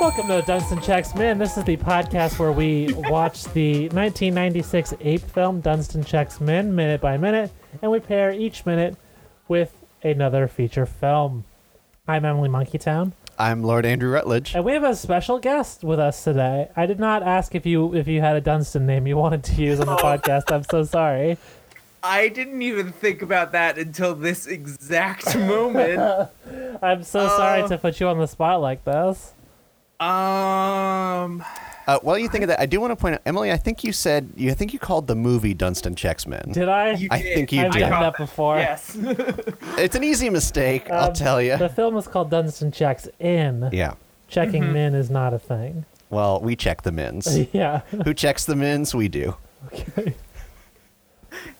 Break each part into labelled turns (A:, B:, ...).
A: Welcome to Dunstan Checks Men. This is the podcast where we watch the 1996 ape film Dunstan Checks Men minute by minute, and we pair each minute with another feature film. I'm Emily Monkeytown,
B: I'm Lord Andrew Rutledge.
A: and we have a special guest with us today. I did not ask if you if you had a Dunstan name you wanted to use on the podcast. I'm so sorry.
C: I didn't even think about that until this exact moment.
A: I'm so sorry
C: Uh.
A: to put you on the spot like this.
C: um,
B: Uh, while you think of that, I do want to point out, Emily. I think you said you. I think you called the movie Dunstan Checks Men.
A: Did I?
C: You
B: I
C: did.
B: think you
A: I've
B: did.
A: done
C: caught
A: that
C: that.
A: before.
C: yes.
B: It's an easy mistake, I'll
A: Um,
B: tell you.
A: The film is called Dunstan Checks In.
B: yeah.
A: Checking
B: Mm-hmm.
A: men is not a thing.
B: Well, we check the mins.
A: yeah.
B: Who checks the mins? We do.
A: Okay.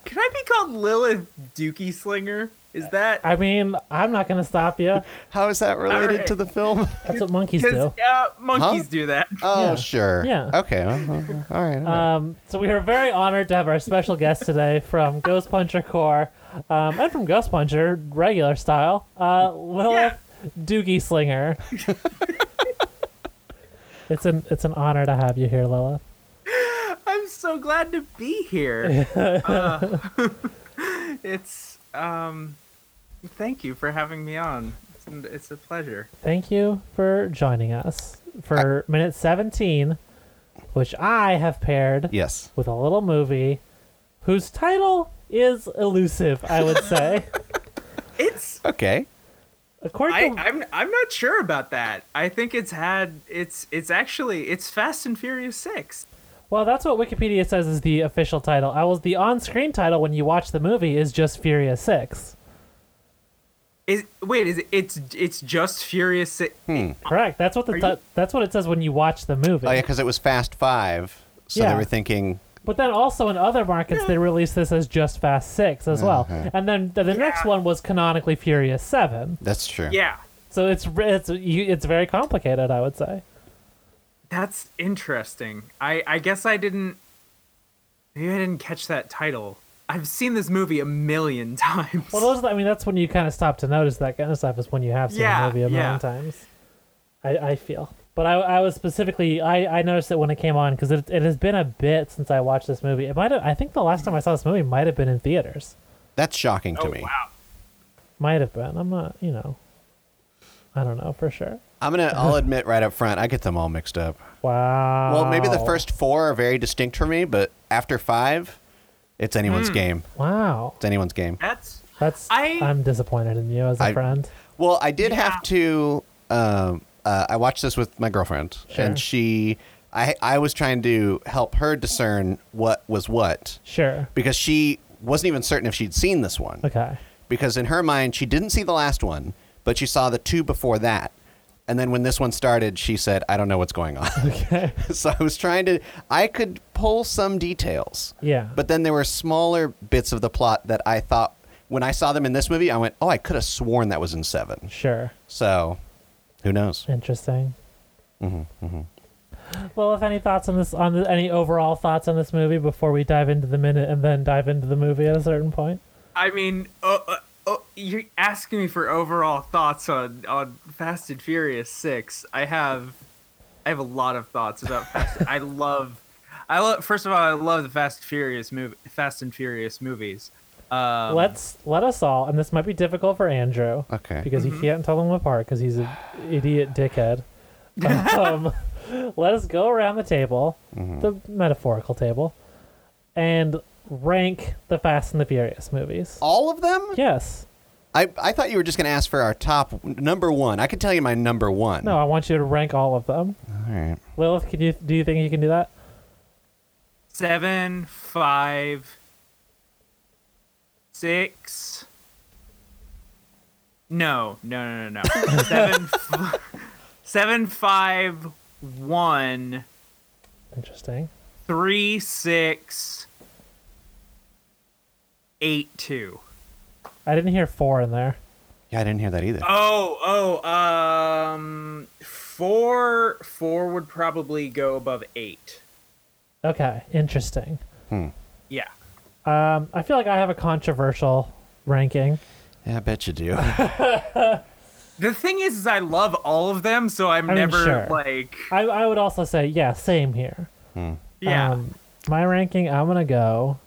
C: Can I be called Lilith Dookie Slinger? Is that
A: I mean, I'm not gonna stop you.
B: How is that related
C: right.
B: to the film?
A: That's what monkeys
C: because
A: do.
C: uh, monkeys
B: Huh?
C: do that?
B: Oh,
A: Yeah.
B: sure.
A: Yeah.
B: Okay. well, well, all right. all right.
A: Um, so we are very honored to have our special guest today from Ghost Puncher Core, um, and from Ghost Puncher regular style, uh, Lilith Doogie Slinger. it's an it's an honor to have you here, Lilith.
C: I'm so glad to be here. Uh, it's um, thank you for having me on. It's, an- it's a pleasure.
A: Thank you for joining us for minute 17, which I have paired
B: yes.
A: with a little movie whose title is elusive, I would say.
C: It's
B: Okay.
C: I,
A: According to,
C: I'm I'm not sure about that. I think it's had it's it's actually it's Fast and Furious Six.
A: well, that's what Wikipedia says is the official title. I was the on-screen title when you watch the movie is just Furious Six.
C: Is wait is it, it's it's just Furious Six?
A: Hmm. Correct. That's what the
C: Are
A: ti-
C: you-
A: that's what it says when you watch the movie.
B: Oh, yeah, because it was Fast Five, so
A: Yeah.
B: they were thinking.
A: But then also in other markets they release this as just Fast Six as well. And then the, the next
C: Yeah.
A: one was canonically Furious Seven.
B: That's true.
C: Yeah,
A: So it's re- it's you, it's very complicated, I would say.
C: that's interesting. I I guess I didn't. Maybe I didn't catch that title. I've seen this movie a million times.
A: Well, those, I mean, that's when you kind of stop to notice that kind of stuff is when you have seen
C: Yeah,
A: the movie a
C: yeah.
A: million times. I, I feel, but I, I was specifically I, I noticed it when it came on because it, it has been a bit since I watched this movie. It might have, I think the last time I saw this movie might have been in theaters.
B: That's shocking to
C: oh
B: me.
C: wow.
A: Might have been. I'm not. You know. I don't know for sure.
B: I'm gonna. I'll admit right up front, I get them all mixed up.
A: Wow.
B: Well, maybe
A: Oh.
B: the first four are very distinct for me, but after five, it's anyone's game.
A: Wow.
B: It's anyone's game.
C: That's
A: That's. I,
C: I-
A: am disappointed in you as a
B: I-
A: friend.
B: Well, I did have to. Um, uh, I watched this with my girlfriend, and she, I, I was trying to help her discern what was what
A: Sure.
B: because she wasn't even certain if she'd seen this one.
A: Okay.
B: Because in her mind, she didn't see the last one, but she saw the two before that. And then when this one started, she said, "I don't know what's going on."
A: Okay.
B: so I was trying to. I could pull some details.
A: Yeah.
B: But then there were smaller bits of the plot that I thought when I saw them in this movie, I went, "Oh, I could have sworn that was in seven.
A: Sure.
B: So, who knows?
A: Interesting. Well, if any thoughts on this, on the, any overall thoughts on this movie before we dive into the minute and then dive into the movie at a certain point?
C: I mean, oh, uh, oh, you're asking me for overall thoughts on on Fast and Furious Six. I have, I have a lot of thoughts about Fast. I love, I love. First of all, I love the Fast and Furious movie, Fast and Furious movies. Um,
A: Let's let us all, and this might be difficult for Andrew
B: Okay.
A: because he can't tell them apart because he's an idiot dickhead. um, let us go around the table, the metaphorical table, and rank the Fast and the Furious movies.
B: All of them?
A: Yes.
B: I, I thought you were just going to ask for our top number one. I could tell you my number one.
A: No, I want you to rank all of them.
B: All right.
A: Lilith, can you do you think you can do that?
C: seven, five, six. No, no, no, no, no. seven, f- seven, five, one.
A: Interesting.
C: three six eight two.
A: I didn't hear four in there.
B: Yeah, I didn't hear that either.
C: Oh, oh, um, four four would probably go above eight.
A: Okay, interesting.
C: Yeah,
A: Um, I feel like I have a controversial ranking.
B: Yeah, I bet you do.
C: The thing is, is I love all of them, so I'm
A: I mean,
C: never
A: sure. Um,
C: like,
A: I, I would also say, yeah, same here.
C: yeah.
A: Um, my ranking, I'm gonna go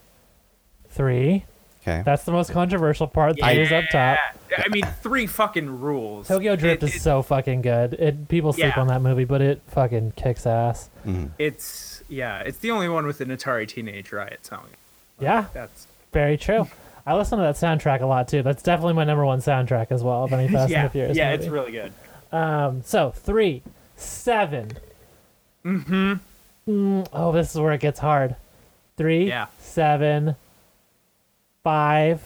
A: three.
B: Okay.
A: That's the most controversial part.
C: yeah.
A: Three is up top.
C: I mean, three fucking rules.
A: Tokyo Drift
C: It-
A: is
C: it-
A: so fucking good. It people sleep
C: Yeah.
A: on that movie, but it fucking kicks ass.
C: It's yeah, it's the only one with an Atari Teenage Riot song.
A: Yeah,
C: That's
A: very true. I listen to that soundtrack a lot too. That's definitely my number one soundtrack as well of any Fast
C: yeah,
A: and the Furious
C: yeah,
A: movie.
C: it's really good.
A: Um, so three, seven. Mm-hmm. oh, this is where it gets hard. Three,
C: Yeah.
A: seven, five,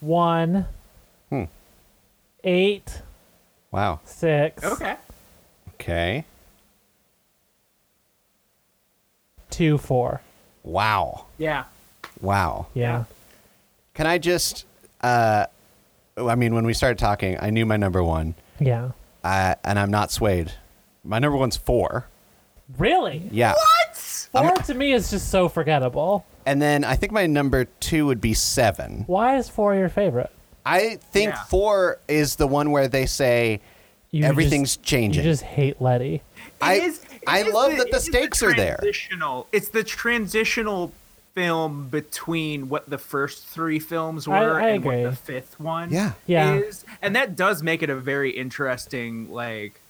A: one,
B: Hmm.
A: eight,
B: Wow.
A: six,
C: Okay,
B: Okay.
A: two, four.
B: Wow.
C: yeah,
B: Wow.
A: Yeah.
B: Can I just? Uh, I mean, when we started talking, I knew my number one,
A: Yeah.
B: uh, and I'm not swayed. My number one's four.
A: Really?
B: Yeah.
C: what?
A: 4 to me is just so forgettable.
B: And then I think my number two would be seven.
A: Why is four your favorite?
B: I think
C: Yeah.
B: four is the one where they say
A: You just-
B: everything's changing.
A: You just hate Letty.
B: I
C: It is- it
B: I
C: is
B: love that
C: it
B: the
C: is
B: stakes are there.
C: transitional- It's the transitional film between what the first three films were
A: I- I
C: and what the
A: agree.
C: fifth one
B: Yeah.
A: Yeah.
C: is, and that does make it a very interesting like.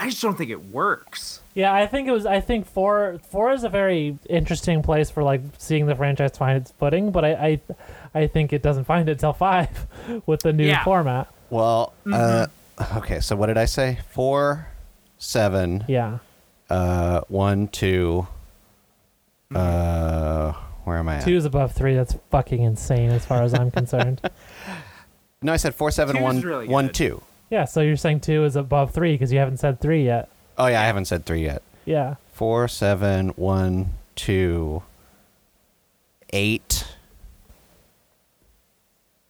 C: I just don't think it works.
A: Yeah, I think it was. I think four four is a very interesting place for like seeing the franchise find its footing, but I I, I think it doesn't find it till five with the new
C: Yeah.
A: format.
B: Well,
C: Mm-hmm.
B: uh, okay. So what did I say? Four, seven,
A: Yeah,
B: uh, one, two. Uh,
C: Mm-hmm.
B: where am I? At?
A: two's above three. That's fucking insane as far as I'm concerned.
B: No, I said four, seven,
C: Two's
B: one,
C: really
B: one,
C: good.
B: two.
A: Yeah, so you're saying two is above three because you haven't said three yet.
B: Oh yeah, I haven't said three yet.
A: Yeah,
B: Four, seven, one, two, eight,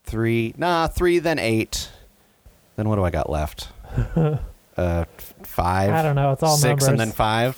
B: three. Nah, three, then eight. Then what do I got left? uh, f- five.
A: I don't know, it's all
B: six and
A: numbers.
B: then five.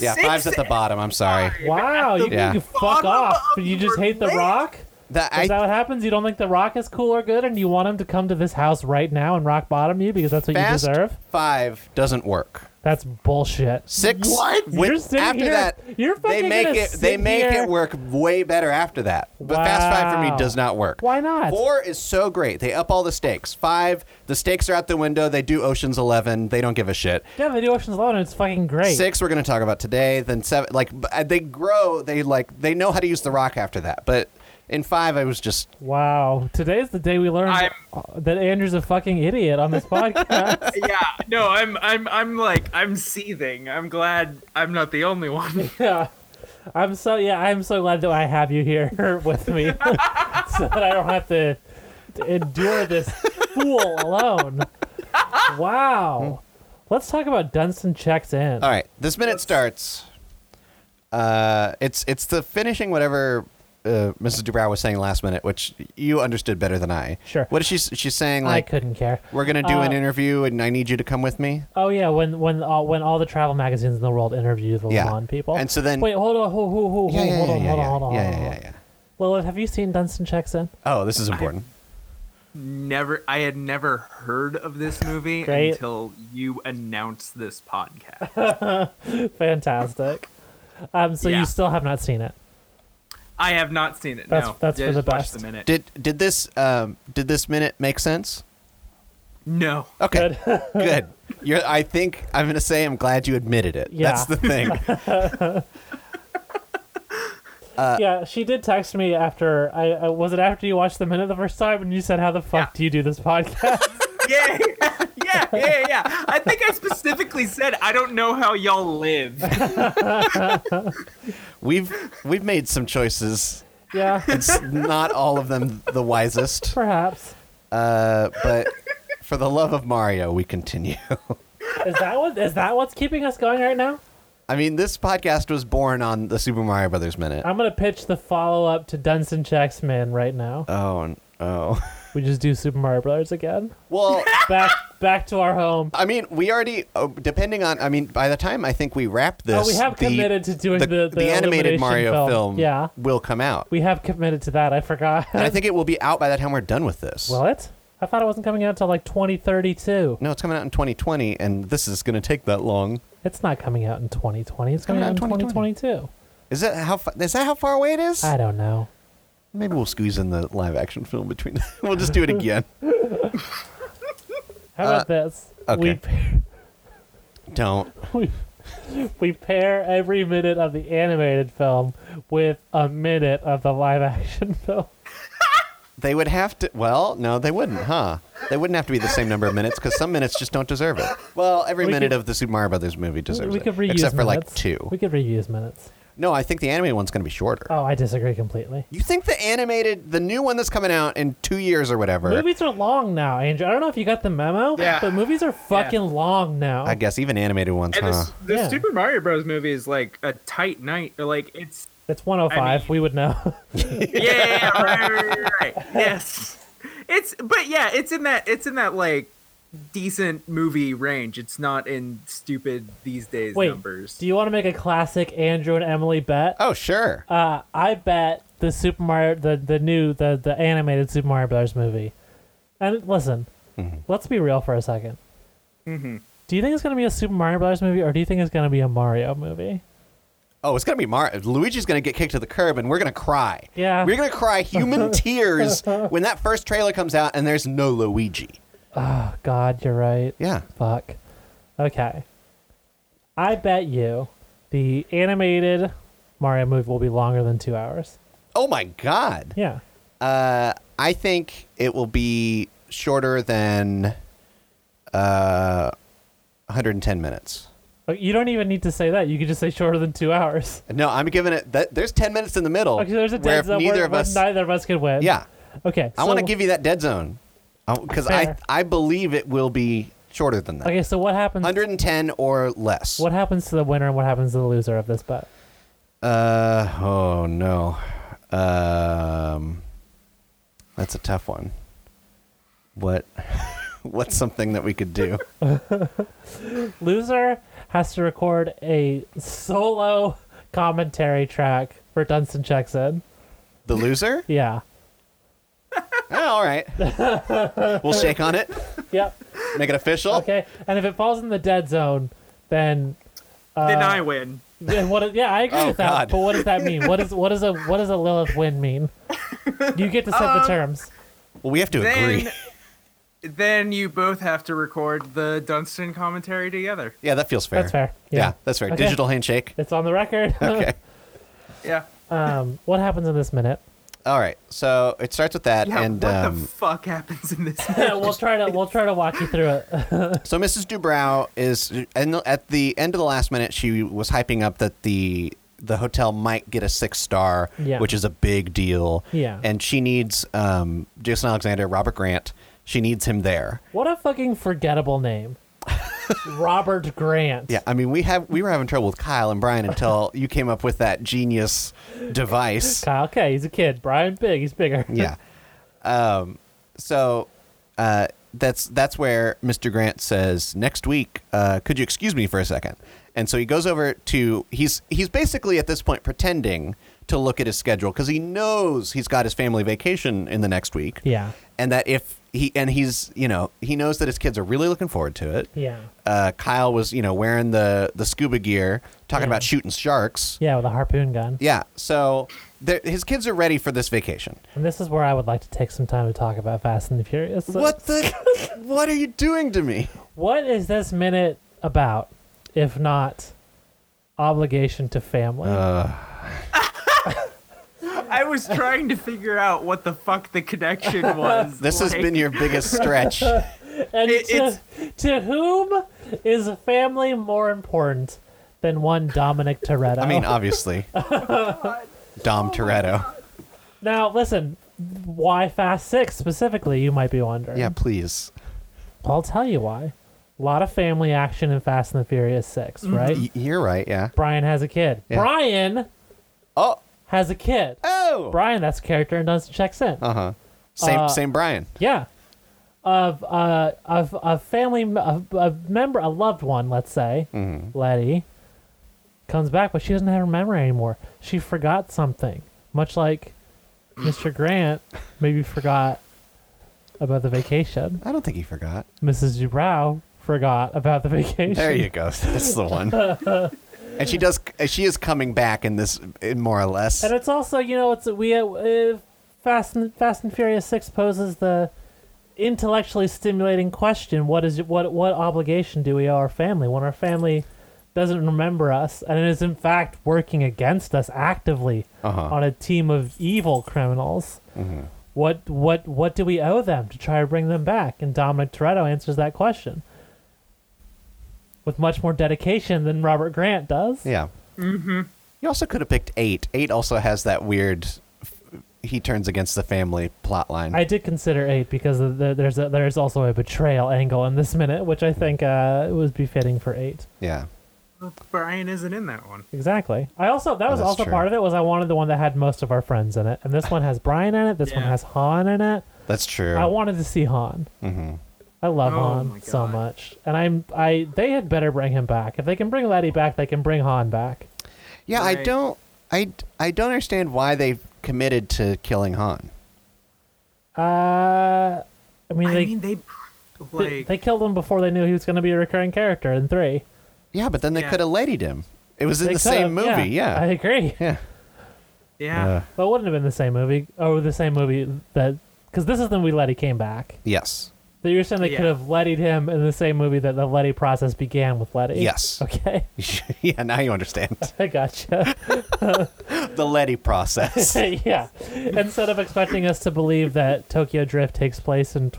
B: yeah,
C: Six
B: five's at the bottom. I'm sorry.
A: Wow, you,
B: Yeah.
A: you fuck
C: bottom
A: off.
C: of
A: You just
C: your
A: hate The
C: list.
A: Rock?
B: That
A: Is
B: I
A: that what happens? You don't think The Rock is cool or good, and you want him to come to this house right now and rock bottom you because that's what
B: fast
A: you deserve?
B: five doesn't work.
A: That's bullshit.
B: Six.
C: What?
B: with-
A: You're sitting
B: after
A: here-
B: that,
A: you're
B: they
A: fucking
B: make
A: gonna
B: it. They
A: sit
B: make
A: here-
B: it work way better after that. But fast five for me
A: Wow.
B: does not work.
A: Why not?
B: Four is so great. They up all the stakes. Five, the stakes are out the window. They do Ocean's Eleven. They don't give a shit.
A: Yeah, they do Ocean's Eleven. and It's fucking great.
B: Six, we're gonna talk about today. Then seven, like b- uh, they grow. They like they know how to use the rock after that. But in five, I was just
A: Wow. Today's the day we learned
C: I'm-
A: that Andrew's a fucking idiot on this podcast.
C: yeah, no, I'm, I'm, I'm like, I'm seething. I'm glad I'm not the only one.
A: yeah. I'm so yeah. I'm so glad that I have you here with me, so that I don't have to, to endure this fool alone. Wow. Let's talk about Dunstan checks in.
B: all right. This minute starts. Uh, it's it's the finishing whatever. Uh, Mrs. Dubrow was saying last minute, which you understood better than I.
A: Sure.
B: What is she? She's saying
A: I
B: like
A: couldn't care.
B: We're gonna do an
A: Uh,
B: interview, and I need you to come with me.
A: Oh yeah, when when all, when all the travel magazines in the world interview the
B: Yeah.
A: Lawn people.
B: And so then-
A: wait, hold on, hold, hold, hold,
B: Yeah, yeah,
A: hold
B: yeah,
A: on,
B: yeah,
A: hold
B: yeah.
A: on, hold on,
B: yeah,
A: hold on.
B: yeah, yeah, yeah.
A: Lilith, have you seen Dunstan checks in?
B: Oh, this is important.
C: Never, I had never heard of this movie
A: Great.
C: until you announced this podcast.
A: Fantastic. Um, so
C: Yeah.
A: you still have not seen it.
C: I have not seen it.
A: That's-
C: no,
A: that's for
C: Just
A: the
C: watch
A: best.
C: The minute.
B: Did did this um did this minute make sense?
C: no,
B: Okay, good. You're, I think I'm gonna say I'm glad you admitted it.
A: Yeah.
B: That's the thing.
A: yeah, she did text me after. I, I was it after you watched the minute the first time, and you said, "How the fuck
C: Yeah.
A: do you do this podcast?"
C: yeah, yeah, yeah, yeah, yeah. I think I specifically said I don't know how y'all live.
B: we've we've made some choices.
A: yeah,
B: It's not all of them the wisest,
A: perhaps.
B: uh, but for the love of Mario, we continue.
A: Is that what is that what's keeping us going right now?
B: I mean, this podcast was born on the Super Mario Brothers minute.
A: I'm gonna pitch the follow up to Dunstan checks in right now.
B: Oh, n- oh.
A: We just do Super Mario Brothers again.
B: Well,
A: Back back to our home.
B: I mean, we already uh, depending on. I mean, by the time I think we wrap this,
A: Oh, we have
B: the-
A: committed to doing
B: the,
A: the the,
B: the animated
A: elimination
B: Mario film,
A: Yeah,
B: will come out.
A: we have committed to that. I forgot.
B: and I think it will be out by the time we're done with this.
A: Will it? I thought it wasn't coming out till like 2032.
B: No, it's coming out in 2020, and this is going to take that long.
A: It's not coming out in 2020. It's coming, out in 2022.
B: Is that how? fa- Is that how far away it is?
A: I don't know.
B: Maybe we'll squeeze in the live action film between. we'll just do it again.
A: How about
B: Uh,
A: this? We
B: okay.
A: pair,
B: Don't.
A: we, we pair every minute of the animated film with a minute of the live action film.
B: They would have to. Well, no, they wouldn't, huh? They wouldn't have to be the same number of minutes because some minutes just don't deserve it. Well, every
A: We
B: minute
A: could-
B: of the Super Mario Brothers movie deserves
A: we
B: it,
A: could reuse
B: except for
A: minutes.
B: like two.
A: We could reuse minutes.
B: No, I think the animated one's going to be shorter.
A: Oh, I disagree completely.
B: You think the animated, the new one that's coming out in two years or whatever?
A: Movies are long now, Andrew. I don't know if you got the memo,
C: Yeah.
A: but movies are fucking long now.
B: I guess even animated ones,
C: And the,
B: huh?
C: s- the
A: Yeah.
C: Super Mario Bros. movie is like a tight night. Or like it's
A: it's 105.
C: I mean-
A: we would know.
C: yeah, right, right, right, right. yes. It's but yeah, it's in that it's in that like decent movie range. It's not in stupid these days
A: Wait,
C: numbers.
A: do you want to make a classic Andrew and Emily bet?
B: Oh, sure.
A: Uh, I bet the Super Mario, the, the new, the, the animated Super Mario Brothers movie. And listen,
B: Mm-hmm.
A: let's be real for a 2nd Mm-hmm. Do you think it's going to be a Super Mario Brothers movie, or do you think it's going to be a Mario movie?
B: Oh, it's gonna be Mar. Luigi's gonna get kicked to the curb, and we're gonna cry.
A: Yeah.
B: we're gonna cry human tears when that first trailer comes out, and there's no Luigi. Ah,
A: Oh, God, you're right.
B: Yeah,
A: Fuck. Okay. I bet you the animated Mario movie will be longer than two hours.
B: Oh my god.
A: Yeah.
B: Uh, I think it will be shorter than uh, 110 minutes.
A: Oh, You don't even need to say that. You could just say shorter than two hours.
B: No, I'm giving it that. There's 10 minutes in the middle.
A: Okay, there's a
B: where
A: dead
B: if
A: zone
B: neither
A: where,
B: of
A: where
B: us.
A: neither of us could win.
B: yeah,
A: Okay.
B: I want to
A: so-
B: give you that dead zone because I
A: Fair.
B: I believe it will be shorter than that.
A: Okay, so what happens?
B: 110 or less.
A: What happens to the winner and what happens to the loser of this bet?
B: Uh oh no. Um That's a tough one. What what's something that we could do?
A: Loser has to record a solo commentary track for Dunstan checks in.
B: The loser?
A: Yeah.
B: Oh, all right. We'll shake on it.
A: Yep.
B: Make it official.
A: Okay. And if it falls in the dead zone, then
C: then
A: uh,
C: I win.
A: And what? is- Yeah, I agree
B: Oh,
A: with that.
B: God.
A: But what does that mean? What is what is a what does a Lilith win mean? You get to set the terms.
B: Well, we have to agree.
C: Then then you both have to record the Dunstan commentary together.
B: Yeah, that feels fair.
A: That's fair.
B: Yeah,
A: Yeah.
B: that's fair.
A: Okay.
B: Digital handshake.
A: It's on the record.
B: Okay.
C: Yeah.
A: um, what happens in this minute?
B: All right. So it starts with that,
C: Yeah,
B: and
C: what
B: um,
C: the fuck happens in this?
A: we'll try to we'll try to walk you through it.
B: So Mrs. Dubrow is and at the end of the last minute, she was hyping up that the the hotel might get a six star,
A: Yeah.
B: which is a big deal.
A: Yeah.
B: and she needs um, Jason Alexander, Robert Grant. She needs him there.
A: What a fucking forgettable name, Robert Grant.
B: Yeah, I mean we have we were having trouble with Kyle and Brian until you came up with that genius device.
A: Kyle. Okay, he's a kid. Brian Big. He's bigger.
B: yeah. Um, so uh, that's that's where Mr. Grant says next week. Uh, could you excuse me for a second? And so he goes over to he's he's basically at this point pretending to look at his schedule because he knows he's got his family vacation in the next week.
A: Yeah.
B: and that if he and he's you know he knows that his kids are really looking forward to it.
A: Yeah.
B: Uh, Kyle was you know wearing the the scuba gear, talking
A: Yeah.
B: about shooting sharks.
A: Yeah, with a harpoon gun.
B: Yeah, so there- his kids are ready for this vacation.
A: And this is where I would like to take some time to talk about Fast and the Furious.
B: What the? what are you doing to me?
A: What is this minute about, if not obligation to family?
B: Uh,
C: I was trying to figure out what the fuck the connection was.
B: This has
C: Like,
B: been your biggest stretch.
A: and
C: it-
A: to,
C: it's-
A: to whom is family more important than one Dominic Toretto?
B: I mean, obviously, Dom Toretto.
A: now listen, why Fast Six specifically? You might be wondering.
B: Yeah, please.
A: I'll tell you why. A lot of family action in Fast and the Furious Six, right?
B: Y- You're right. Yeah.
A: Brian has a kid.
B: Mm-hmm. Yeah.
A: Brian
B: Oh.
A: has a kid.
B: Oh.
A: Brian, that's a character in Dunstan Checks In.
B: Uh huh. Same.
A: Uh,
B: same. Brian.
A: Yeah. Of uh, of a family, m- a, a member, a loved one, let's say,
B: Mm-hmm.
A: Letty, comes back, but she doesn't have her memory anymore. She forgot something, much like Mr. Grant maybe forgot about the vacation.
B: I don't think he forgot.
A: Mrs. Dubrow forgot about the vacation.
B: There you go. That's the one. and she does. She is coming back in this, in more or less.
A: And it's also, you know, it's we uh, uh, Fast and Fast and Furious Six poses the intellectually stimulating question: What is what what obligation do we owe our family when our family doesn't remember us and is in fact working against us actively on a team of evil criminals? What what what do we owe them to try to bring them back? And Dominic Toretto answers that question with much more dedication than Robert Grant does.
B: Yeah. Mm-hmm. You also could have picked eight. Eight also has that weird. He turns against the family plot line.
A: I did consider eight because of the, there's a, there's also a betrayal angle in this minute, which I think uh, was befitting for eight.
B: yeah.
C: Brian isn't in that one.
A: Exactly. I also that was
B: that's
A: also
B: true.
A: part of it was I wanted the one that had most of our friends in it, and this one has Brian in it. This one
C: Yeah.
A: has Han in it.
B: That's true.
A: I wanted to see Han. Mm-hmm. I love
C: Oh my
A: Han so
C: God.
A: much, and I'm I they had better bring him back. If they can bring Letty back, they can bring Han back.
B: yeah, I
C: Right.
B: don't. I I don't understand why they committed to killing Han.
A: Uh, I mean
C: I
A: they
C: mean, they like
A: they, they killed him before they knew he was going to be a recurring character in three.
B: Yeah, but then they
C: Yeah.
B: could have ladied him. It was in
A: They
B: the same
A: could've-
B: movie. Yeah.
A: I agree.
B: yeah.
C: yeah.
B: Uh,
A: But it wouldn't have been the same movie. Or the same movie that. Because this is when we Letty came back.
B: yes.
A: That you're saying they
C: Yeah.
A: could have Lettied him in the same movie that the Letty process began with Letty.
B: Yes.
A: Okay.
B: yeah. Now you understand
A: I gotcha.
B: the Letty process.
A: yeah. Instead of expecting us to believe that Tokyo Drift takes place in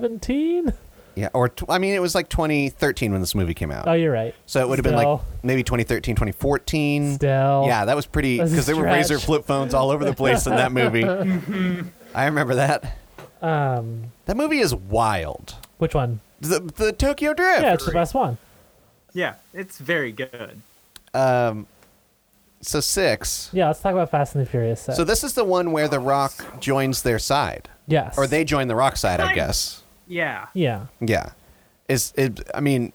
A: 2017.
B: yeah. Or tw- I mean, it was like 2013 when this movie came out.
A: Oh, you're right.
B: So it would have been like
A: Still.
B: maybe 2013, 2014.
A: Still.
B: Yeah, that was pretty
A: That's a
B: because there were razor
A: stretch.
B: flip phones all over the place in that movie. Mm-hmm. I remember that.
A: Um,
B: That movie is wild.
A: which one?
B: The, the Tokyo Drift.
A: Yeah, it's the best one.
C: Yeah, it's very good.
B: Um, so six.
A: Yeah, let's talk about Fast and the Furious. Six.
B: So this is the one where The Rock joins their side,
A: yes.
B: or they join the Rock side, I guess.
C: Yeah.
A: Yeah.
B: Yeah. Is it? I mean,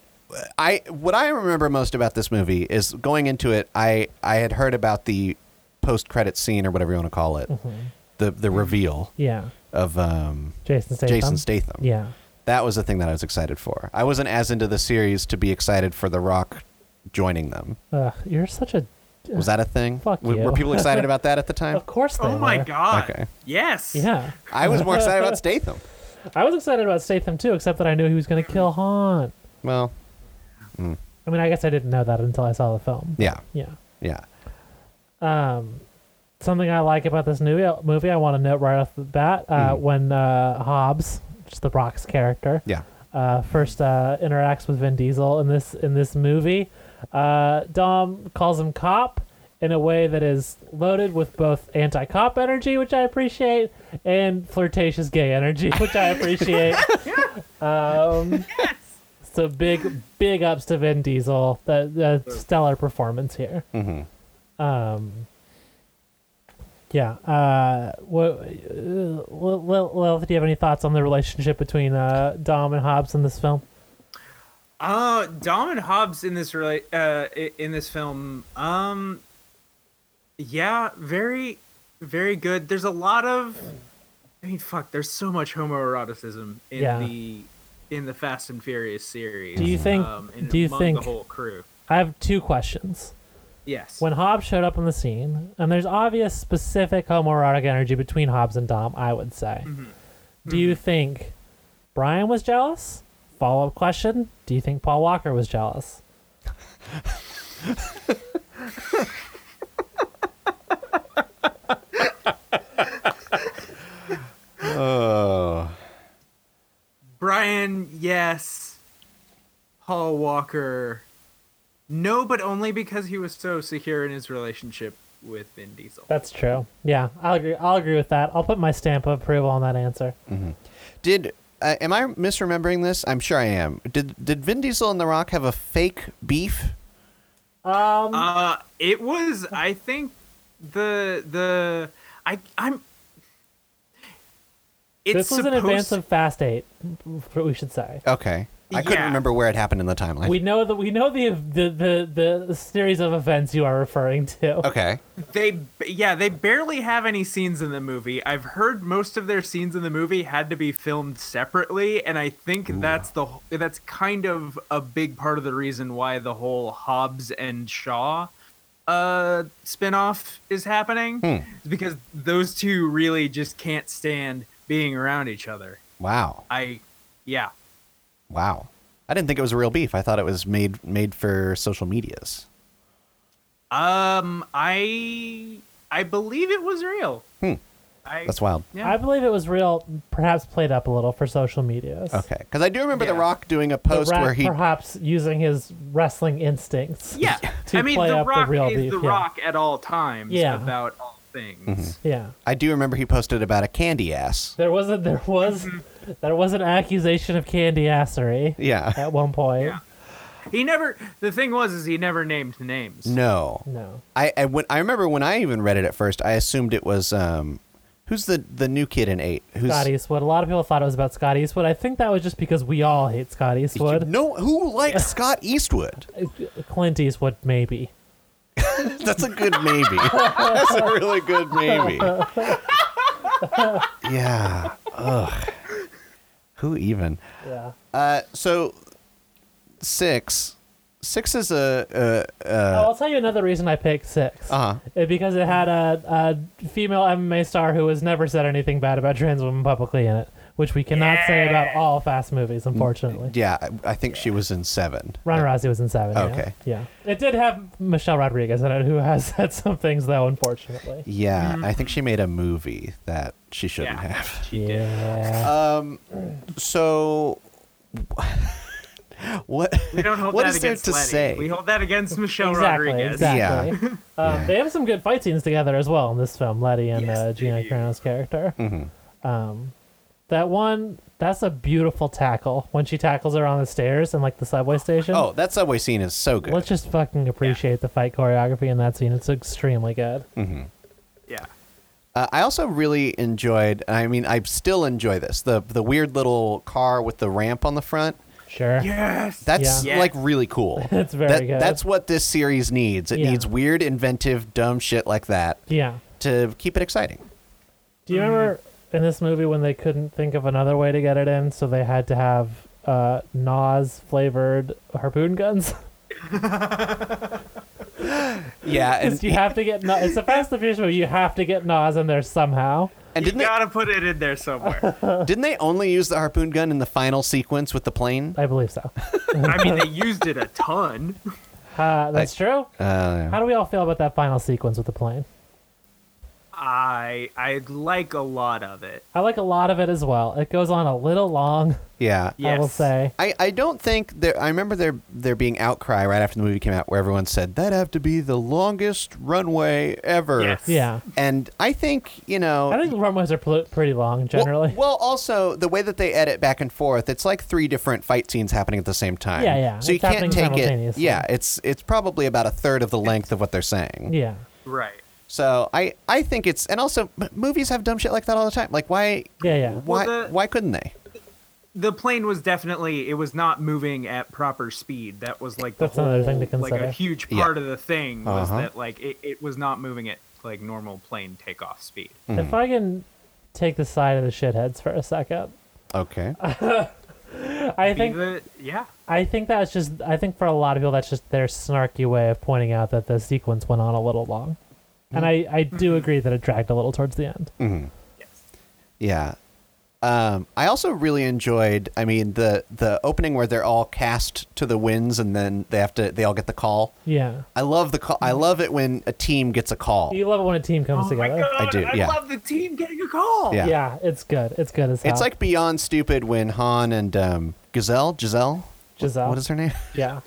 B: I what I remember most about this movie is going into it. I I had heard about the post credit scene or whatever you want to call it,
A: Mm-hmm.
B: the the reveal
A: Yeah.
B: of um,
A: Jason Statham.
B: Jason Statham.
A: Yeah.
B: That was the thing that I was excited for. I wasn't as into the series to be excited for The Rock joining them.
A: Ugh, you're such a.
B: Was that a thing?
A: Fuck
B: W-
A: you.
B: Were people excited about that at the time?
A: Of course. They
C: Oh my
A: were.
C: god.
B: Okay.
C: Yes.
A: Yeah.
B: I was more excited about Statham.
A: I was excited about Statham too, except that I knew he was going to kill Han.
B: Well,
A: I mean, I guess I didn't know that until I saw the film.
B: yeah,
A: Yeah.
B: yeah.
A: Um, something I like about this new uh, movie, I want to note right off the bat, uh, when uh, Hobbs, which is the Brock's character,
B: Mm-hmm. Yeah.
A: uh, first uh, interacts with Vin Diesel in this in this movie, uh, Dom calls him cop in a way that is loaded with both anti-cop energy, which I appreciate, and flirtatious gay energy, which I appreciate. um, So big, big ups to Vin Diesel. That that stellar performance here.
B: hmm
A: Um, yeah. Uh, what, uh, Lil, Lil, Lil, do you have any thoughts on the relationship between uh, Dom and Hobbs in this film?
C: Uh, Dom and Hobbs in this rela- uh i- in this film. Um, yeah, very, very good. There's a lot of, I mean, fuck. There's so much homoeroticism in
A: Yeah.
C: the in the Fast and Furious series.
A: Do you think-
C: Um, and
A: do you
C: among
A: think-
C: the whole crew?
A: I have two questions.
C: Yes.
A: When Hobbs showed up on the scene, and there's obvious specific homoerotic energy between Hobbs and Dom, I would say. Do you think Brian was jealous? Follow up question Do you think Paul Walker was jealous?
B: Oh,
C: Brian, yes. Paul Walker, no, but only because he was so secure in his relationship with Vin Diesel.
A: That's true. Yeah, I'll agree. I'll agree with that. I'll put my stamp of approval on that answer.
B: did uh, am I misremembering this? I'm sure I am. Did did Vin Diesel and The Rock have a fake beef?
C: Uh, it was. I think the the I I'm. It's
A: this was in
C: supposed-
A: advance of Fast Eight, f- we should say.
B: Okay, I couldn't
C: Yeah.
B: remember where it happened in the timeline.
A: We know that we know the, the the the the series of events you are referring to.
B: okay.
C: They yeah, they barely have any scenes in the movie. I've heard most of their scenes in the movie had to be filmed separately, and I think that's the wh- that's kind of a big part of the reason why the whole Hobbs and Shaw uh spin-off is happening is because those two really just can't stand being around each other.
B: Wow.
C: I yeah.
B: Wow. I didn't think it was a real beef. I thought it was made made for social medias.
C: Um I I believe it was real. I,
B: Hmm. That's wild.
C: yeah.
A: I believe it was real, perhaps played up a little for social medias.
B: Okay. Because I do remember The
C: Yeah.
B: Rock doing a
A: The
B: post
A: Rock
B: where he.
A: perhaps using his wrestling instincts.
C: Yeah,
A: to
C: I mean,
A: play
C: The
A: up the
C: Rock
A: real
C: is
A: beef,
C: The
A: yeah.
C: Rock at all times
A: Yeah.
C: about all
B: Mm-hmm.
C: things.
A: Yeah.
B: I do remember he posted about a candy ass.
A: There was a there was there was an accusation of candy assery
B: Mm-hmm. Yeah.
A: at one point.
C: Yeah. He never. The thing was, is he never named names.
B: No.
A: No.
B: I I, when, I remember when I even read it at first, I assumed it was um, who's the the new kid in eight? Who's
A: Scott Eastwood. A lot of people thought it was about Scott Eastwood. I think that was just because we all hate Scott Eastwood.
B: No, who likes Scott Eastwood?
A: Clint Eastwood, maybe.
B: That's a good maybe. That's a really good maybe. Yeah. Ugh. Who even?
A: Yeah.
B: Uh, so six, six is a
A: Oh, I'll tell you another reason I picked six.
B: uh uh
A: Uh, Because it had a, a female MMA star who has never said anything bad about trans women publicly in it, which we cannot say about all fast movies, unfortunately.
B: yeah. I- I think she was in seven.
A: Ron Rossi was in seven. yeah.
B: Okay.
A: Yeah. It did have Michelle Rodriguez in it, who has said some things, though, unfortunately.
B: Yeah, I think she made a movie that she shouldn't
C: Yeah.
B: have.
A: Yeah.
B: So, what?
C: We don't hold
B: What
C: that
B: is there
C: against
B: to
C: Letty.
B: say?
C: We hold that against Michelle
A: exactly.
C: Rodriguez.
A: Exactly. Um,
B: Yeah.
A: They have some good fight scenes together as well in this film, Letty and
C: Yes,
A: uh,
C: they
A: Gina
C: do.
A: Carano's character. Um,
B: Mm-hmm.
A: that one, that's a beautiful tackle when she tackles her on the stairs and like the subway station.
B: Oh, that subway scene is so good.
A: Let's just fucking appreciate the fight choreography in that scene. It's extremely good.
B: Mm.
C: Yeah.
B: Uh, I also really enjoyed. I mean, I still enjoy this. The the weird little car with the ramp on the front.
A: Sure.
C: Yes.
B: That's
C: Yeah. Yeah.
B: like really cool.
A: It's very
B: That-
A: good.
B: That's what this series needs. It
A: Yeah.
B: needs weird, inventive, dumb shit like that
A: Yeah.
B: to keep it exciting.
A: Do you remember in this movie when they couldn't think of another way to get it in, so they had to have uh, Nas flavored harpoon guns?
B: Yeah, and,
A: Because you have to get Na- it's a Fast and Furious movie. You have to get Nas in there somehow.
B: and
C: you
B: didn't they,
C: gotta put it in there somewhere.
B: didn't they only use the harpoon gun in the final sequence with the plane?
A: I believe so.
C: I mean, they used it a ton.
A: Uh, that's true.
B: Uh,
A: How do we all feel about that final sequence with the plane?
C: I I like a lot of it.
A: I like a lot of it as well. It goes on a little long,
B: yeah,
A: I will
C: Yes.
A: say.
B: I, I don't think there. I remember there there being outcry right after the movie came out, where everyone said that have to be the longest runway ever.
C: Yes.
A: Yeah.
B: And I think you know.
A: I think the runways are pl- pretty long
B: well-
A: generally.
B: Well, also the way that they edit back and forth, it's like three different fight scenes happening at the same time.
A: Yeah, yeah,
B: So you
A: it's
B: can't
A: happening
B: take it.
A: simultaneously.
B: Yeah, it's it's probably about a third of the length of what they're saying.
A: yeah.
C: Right.
B: So I I think it's and also m- movies have dumb shit like that all the time. Like why
A: Yeah, yeah.
B: why
C: the-
B: why couldn't they?
C: The plane was definitely it was not moving at proper speed. That was like the
A: That's
C: whole,
A: another thing to
C: like
A: consider.
C: a huge
B: Yeah.
C: part of the thing was
B: Uh-huh.
C: that like it, it was not moving at like normal plane takeoff speed.
A: If I can take the side of the shitheads for a second,
B: Okay.
A: I
C: Be
A: think
C: the- yeah.
A: I think that's just I think for a lot of people that's just their snarky way of pointing out that the sequence went on a little long, and
C: Mm.
A: I I do
C: Mm-hmm.
A: agree that it dragged a little towards the end.
B: Mm.
C: Yes.
B: Yeah. Um, I also really enjoyed. I mean, the the opening where they're all cast to the winds, and then they have to. They all get the call.
A: Yeah,
B: I love the call. I
A: Mm-hmm.
B: love it when a team gets a call.
A: you love it when a team comes
C: Oh my
A: together.
C: god!
B: I do, yeah.
C: love the team getting a call.
B: Yeah.
A: Yeah. it's good. It's good as hell.
B: It's like beyond stupid when Han and um, Gazelle, Giselle,
A: Giselle.
B: What is her name?
A: yeah,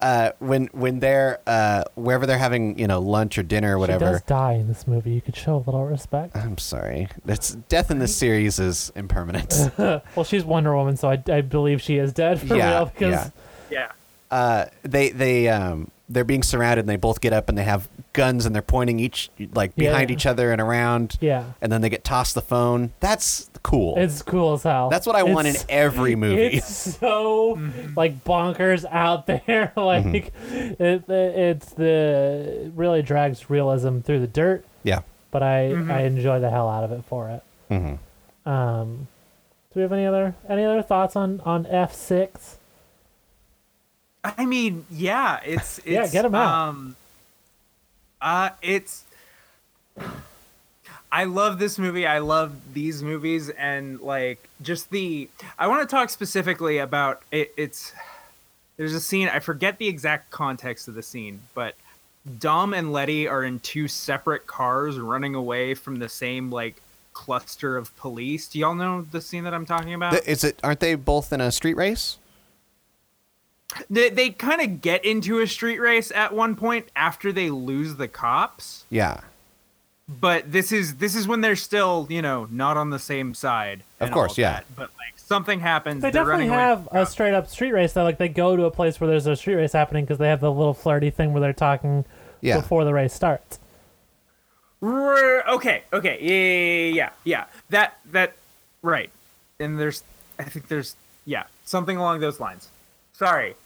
B: Uh, when when they're uh, wherever they're having you know lunch or dinner or
A: She does
B: whatever. Uh.
A: die in this movie. You could show a little respect.
B: I'm sorry. That's death in this series is impermanent.
A: Well, she's Wonder Woman, so I, I believe she is dead for
B: Yeah,
A: real because
B: yeah.
C: Yeah.
B: uh, they they um they're being surrounded and they both get up and they have guns and they're pointing each like
A: Yeah.
B: behind each other and around.
A: Yeah.
B: And then they get tossed the phone. That's cool.
A: It's cool as hell.
B: That's what I want in
A: It's-
B: every movie.
A: It's so like bonkers out there.
B: Mm-hmm.
A: like it, it's the it really drags realism through the dirt,
B: Yeah.
A: but I
B: Mm-hmm.
A: I enjoy the hell out of it for it. Um, do we have any other any other thoughts on on F six?
C: I mean, yeah, it's, it's
A: Yeah, get 'em out.
C: Um, uh, it's. I love this movie. I love these movies, and like just the. I want to talk specifically about it. It's there's a scene. I forget the exact context of the scene, but Dom and Letty are in two separate cars running away from the same like cluster of police. Do y'all know the scene that I'm talking about?
B: Th- Is it? Aren't they both in a street race?
C: They, they kind of get into a street race at one point after they lose the cops,
B: Yeah.
C: but this is this is when they're still you know not on the same side.
B: Of
C: and
B: course,
C: all of
B: yeah.
C: that. But like something happens.
A: They
C: they're
A: definitely
C: running away
A: have
C: from the
A: a
C: cops.
A: straight up street race though. Like they go to a place where there's a street race happening because they have the little flirty thing where they're talking
B: Yeah.
A: before the race starts.
C: R- okay, okay, yeah, yeah, yeah, yeah. That that right. And there's I think there's yeah, something along those lines. Sorry.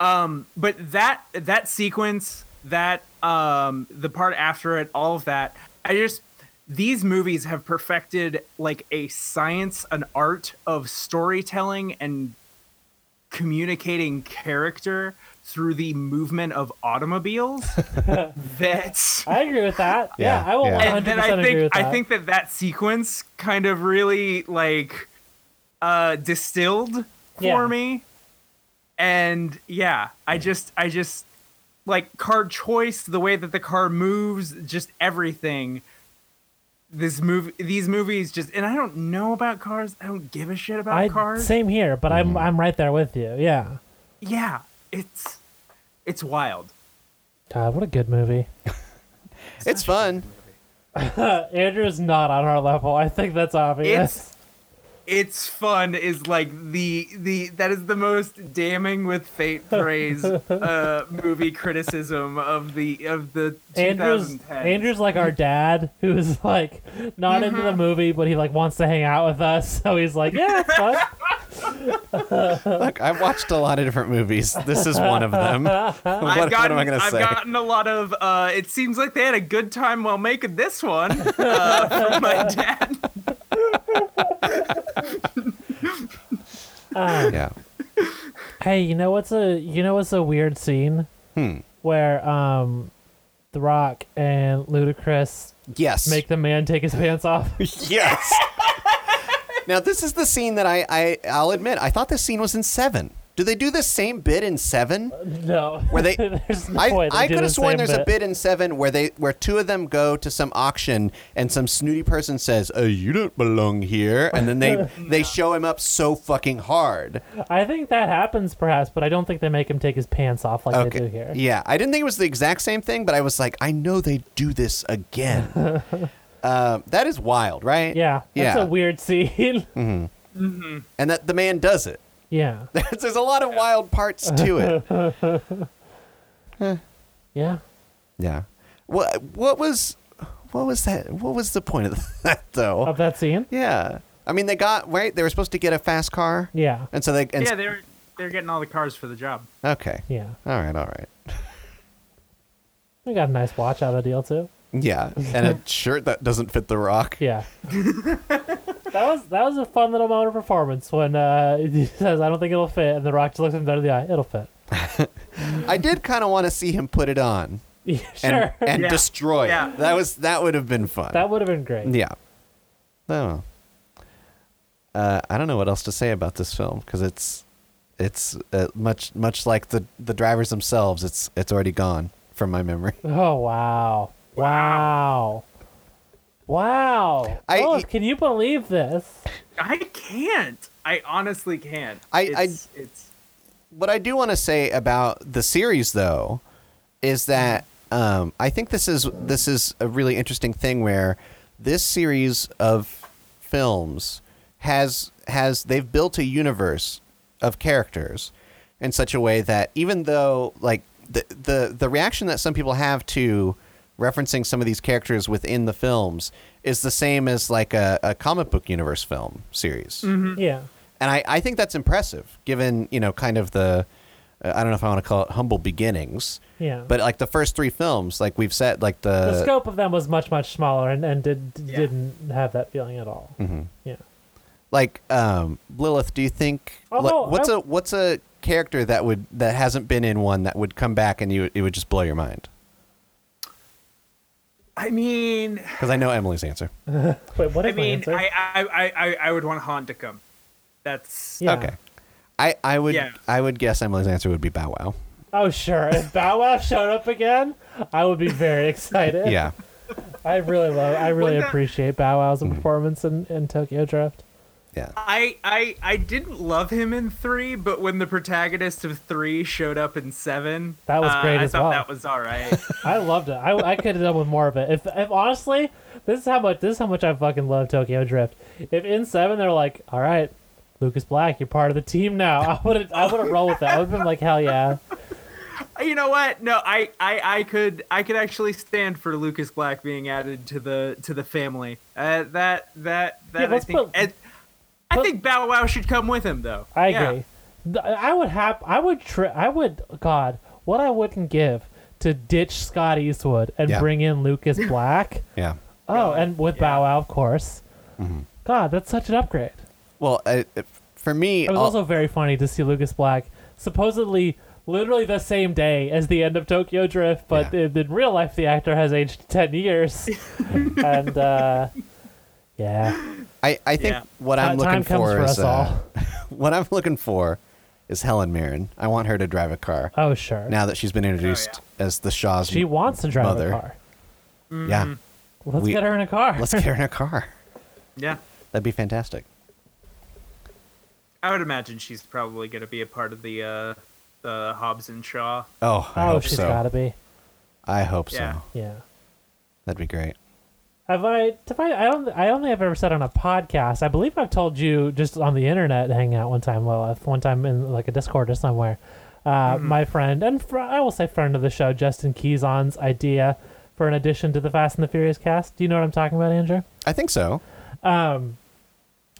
C: Um but that that sequence, that um the part after it, all of that, I just these movies have perfected like a science, an art of storytelling and communicating character through the movement of automobiles. That's
A: I agree with that. yeah,
B: Yeah,
A: I will
B: yeah.
A: one
C: and
A: hundred
C: then I
A: percent agree with
C: think
A: that.
C: I think that that sequence kind of really like uh distilled for
A: Yeah.
C: me. And yeah, I just I just like car choice, the way that the car moves, just everything. This movie, these movies, just and I don't know about cars. I don't give a shit about
A: I-
C: cars.
A: same here, but I'm
B: Mm-hmm.
A: I'm right there with you. Yeah.
C: yeah, it's it's wild.
A: God, what a good movie.
B: It's fun.
A: Uh, Andrew's not on our level. I think that's obvious.
C: it's fun is like the the that is the most damning with fate phrase uh movie criticism of the of the
A: Andrew's
C: 2010
A: Andrew's like our dad who's like not into
B: Mm-hmm.
A: the movie, but he like wants to hang out with us. So he's like, yeah, it's fun.
B: Look, I've watched a lot of different movies. This is one of them. what,
C: I've
B: what
C: gotten,
B: am I going to
C: have
B: say?
C: gotten a lot of. Uh, it seems like they had a good time while making this one uh, from my dad.
B: Yeah.
A: hey, you know what's a you know what's a weird scene
B: Hmm.
A: where um, The Rock and Ludacris
B: Yes.
A: make the man take his pants off.
B: yes. now this is the scene that I, I I'll admit I thought this scene was in Seven. Do they do the same bit in Seven?
A: no,
B: Where they-
A: there's no
B: I,
A: way they
B: I
A: do
B: could
A: the
B: have sworn
A: same
B: there's a bit in Seven where they where two of them go to some auction and some snooty person says, "Oh, you don't belong here," and then they they show him up so fucking hard.
A: I think that happens perhaps, but I don't think they make him take his pants off like they do here.
B: Yeah, I didn't think it was the exact same thing, but I was like, I know they do this again. uh, that is wild, right?
A: Yeah, that's
B: yeah.
A: a weird scene.
B: and that the man does it.
A: yeah,
B: There's a lot of wild parts to it.
A: yeah.
B: Yeah. What what was what was that? What was the point of that though?
A: Of that scene?
B: yeah. I mean, they got right. They were supposed to get a fast car.
A: Yeah,
B: And so they. And,
C: yeah, they're they're getting all the cars for the job.
B: Okay.
A: yeah.
B: All right. All right.
A: We got a nice watch out of the deal too.
B: Yeah. And a shirt that doesn't fit the rock.
A: Yeah. that was that was a fun little moment of performance when uh, he says, "I don't think it'll fit," and The Rock just looks him dead in the eye. It'll fit.
B: I did kind of want to see him put it on
A: Yeah,
B: and
A: sure.
B: and
C: Yeah.
B: destroy it.
C: Yeah.
B: That was that would have been fun.
A: that would have been great.
B: yeah. Oh. Uh, I don't know what else to say about this film because it's it's uh, much much like the the drivers themselves. It's it's already gone from my memory.
A: Oh wow! Wow! Wow!
B: I- e
A: oh, can you believe this?
C: I can't. I honestly can't.
B: I- I-
C: it's, it's
B: what I do want to say about the series, though, is that um, I think this is this is a really interesting thing where this series of films has has they've built a universe of characters in such a way that even though like the the the reaction that some people have to referencing some of these characters within the films is the same as like a, a comic book universe film series
A: Yeah.
B: and I, I think that's impressive given you know kind of the uh, i don't know if i want to call it humble beginnings
A: Yeah.
B: but uh, like the first three films like we've said like the,
A: the scope of them was much much smaller and, and did
C: Yeah.
A: didn't have that feeling at all.
B: Mm-hmm.
A: Yeah.
B: like um lilith do you think like,
A: Although
B: what's
A: Oh, I-
B: a what's a character that would that hasn't been in one that would come back and you it would just blow your mind
C: I mean,
B: because i know emily's answer
A: Wait, what
C: I
A: is my
C: mean,
A: answer?
C: I, I, I, I, I would want Han to come. That's
A: Yeah.
B: okay i i would
C: Yeah.
B: i would guess emily's answer would be bow wow
A: Oh sure, if Bow Wow showed up again, I would be very excited.
B: yeah
A: I really love. I really
C: Wouldn't that-
A: appreciate Bow Wow's
B: Mm-hmm.
A: performance in, in Tokyo Drift.
B: yeah
C: I, I I didn't love him in three, but when the protagonist of three showed up in seven,
A: That was
C: uh,
A: great
C: I
A: as
C: thought
A: well.
C: that was all right.
A: I loved it. I, I could have done with more of it. If, if honestly, this is how much this is how much I fucking love Tokyo Drift. If in seven they're like, all right, Lucas Black, you're part of the team now. I would have I would have rolled with that. I would have been like, hell yeah.
C: you know what? No, I, I I could I could actually stand for Lucas Black being added to the to the family. Uh, that that
A: Yeah,
C: that I
A: let's
C: think.
A: put-
C: and I
A: put-
C: think Bow Wow should come with him, though.
A: I
C: Yeah.
A: agree. Th- I would have. I would. Tri- I would. God, what I wouldn't give to ditch Scott Eastwood and
B: Yeah.
A: bring in Lucas Black.
B: yeah
A: oh, and with Bow Wow, of course.
B: Mm-hmm.
A: God, that's such an upgrade.
B: well I, if- for me
A: It was
B: I'll-
A: also very funny to see Lucas Black supposedly literally the same day as the end of Tokyo Drift, but
B: Yeah.
A: in, in real life the actor has aged 10 years. and uh, yeah,
B: I, I think
C: Yeah.
B: what I'm
A: Uh, time
B: looking
A: comes
B: for,
A: for us
B: is uh, what I'm looking for is Helen Mirren. I want her to drive a car
A: oh sure.
B: now that she's been introduced as the Shaw's.
A: she wants to drive
B: mother.
A: a car.
B: Yeah,
A: Let's
B: We-
A: get her in a car.
B: let's get her in a car.
C: Yeah.
B: That'd be fantastic.
C: I would imagine she's probably going to be a part of the uh, the Hobbs and Shaw.
B: Oh, I
A: oh,
B: hope
A: she's
B: so.
A: got to be.
B: I hope
C: Yeah.
B: so.
A: Yeah.
B: That'd be great.
A: Have I, have I, I don't, I don't think I've ever said on a podcast. I believe I've told you just on the internet hangout one time, Lilith, one time in like a Discord or somewhere. Uh, My friend and fr- I will say friend of the show, Justin Keyzon's idea for an addition to the Fast and the Furious cast. Do you know what I'm talking about, Andrew?
B: I think so.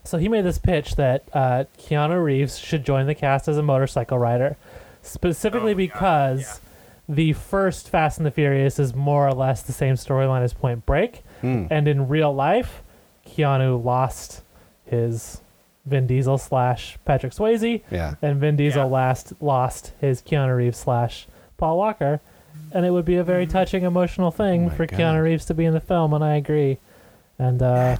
A: So he made this pitch that uh, Keanu Reeves should join the cast as a motorcycle rider, specifically
C: Oh, yeah,
A: because the first Fast and the Furious is more or less the same storyline as Point Break,
B: Hmm.
A: and in real life, Keanu lost his Vin Diesel slash Patrick Swayze,
B: Yeah.
A: and Vin Diesel
C: Yeah.
A: last lost his Keanu Reeves slash Paul Walker, and it would be a very
C: Mm-hmm.
A: touching, emotional thing
B: Oh my
A: for
B: God.
A: Keanu Reeves to be in the film, and I agree. And uh,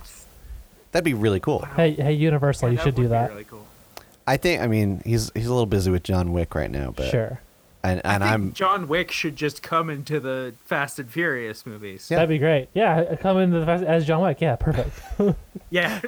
B: That'd be really cool.
A: hey, hey, Universal,
C: Yeah,
A: you should
C: would
A: do
C: be
A: that.
C: Really cool.
B: I think. I mean, he's he's a little busy with John Wick right now, but
A: Sure.
B: And
C: I
B: and
C: think
B: I'm
C: John Wick should just come into the Fast and Furious movies.
B: Yeah.
A: That'd be great. Yeah, uh, come into the fest as John Wick. Yeah, perfect.
C: Yeah.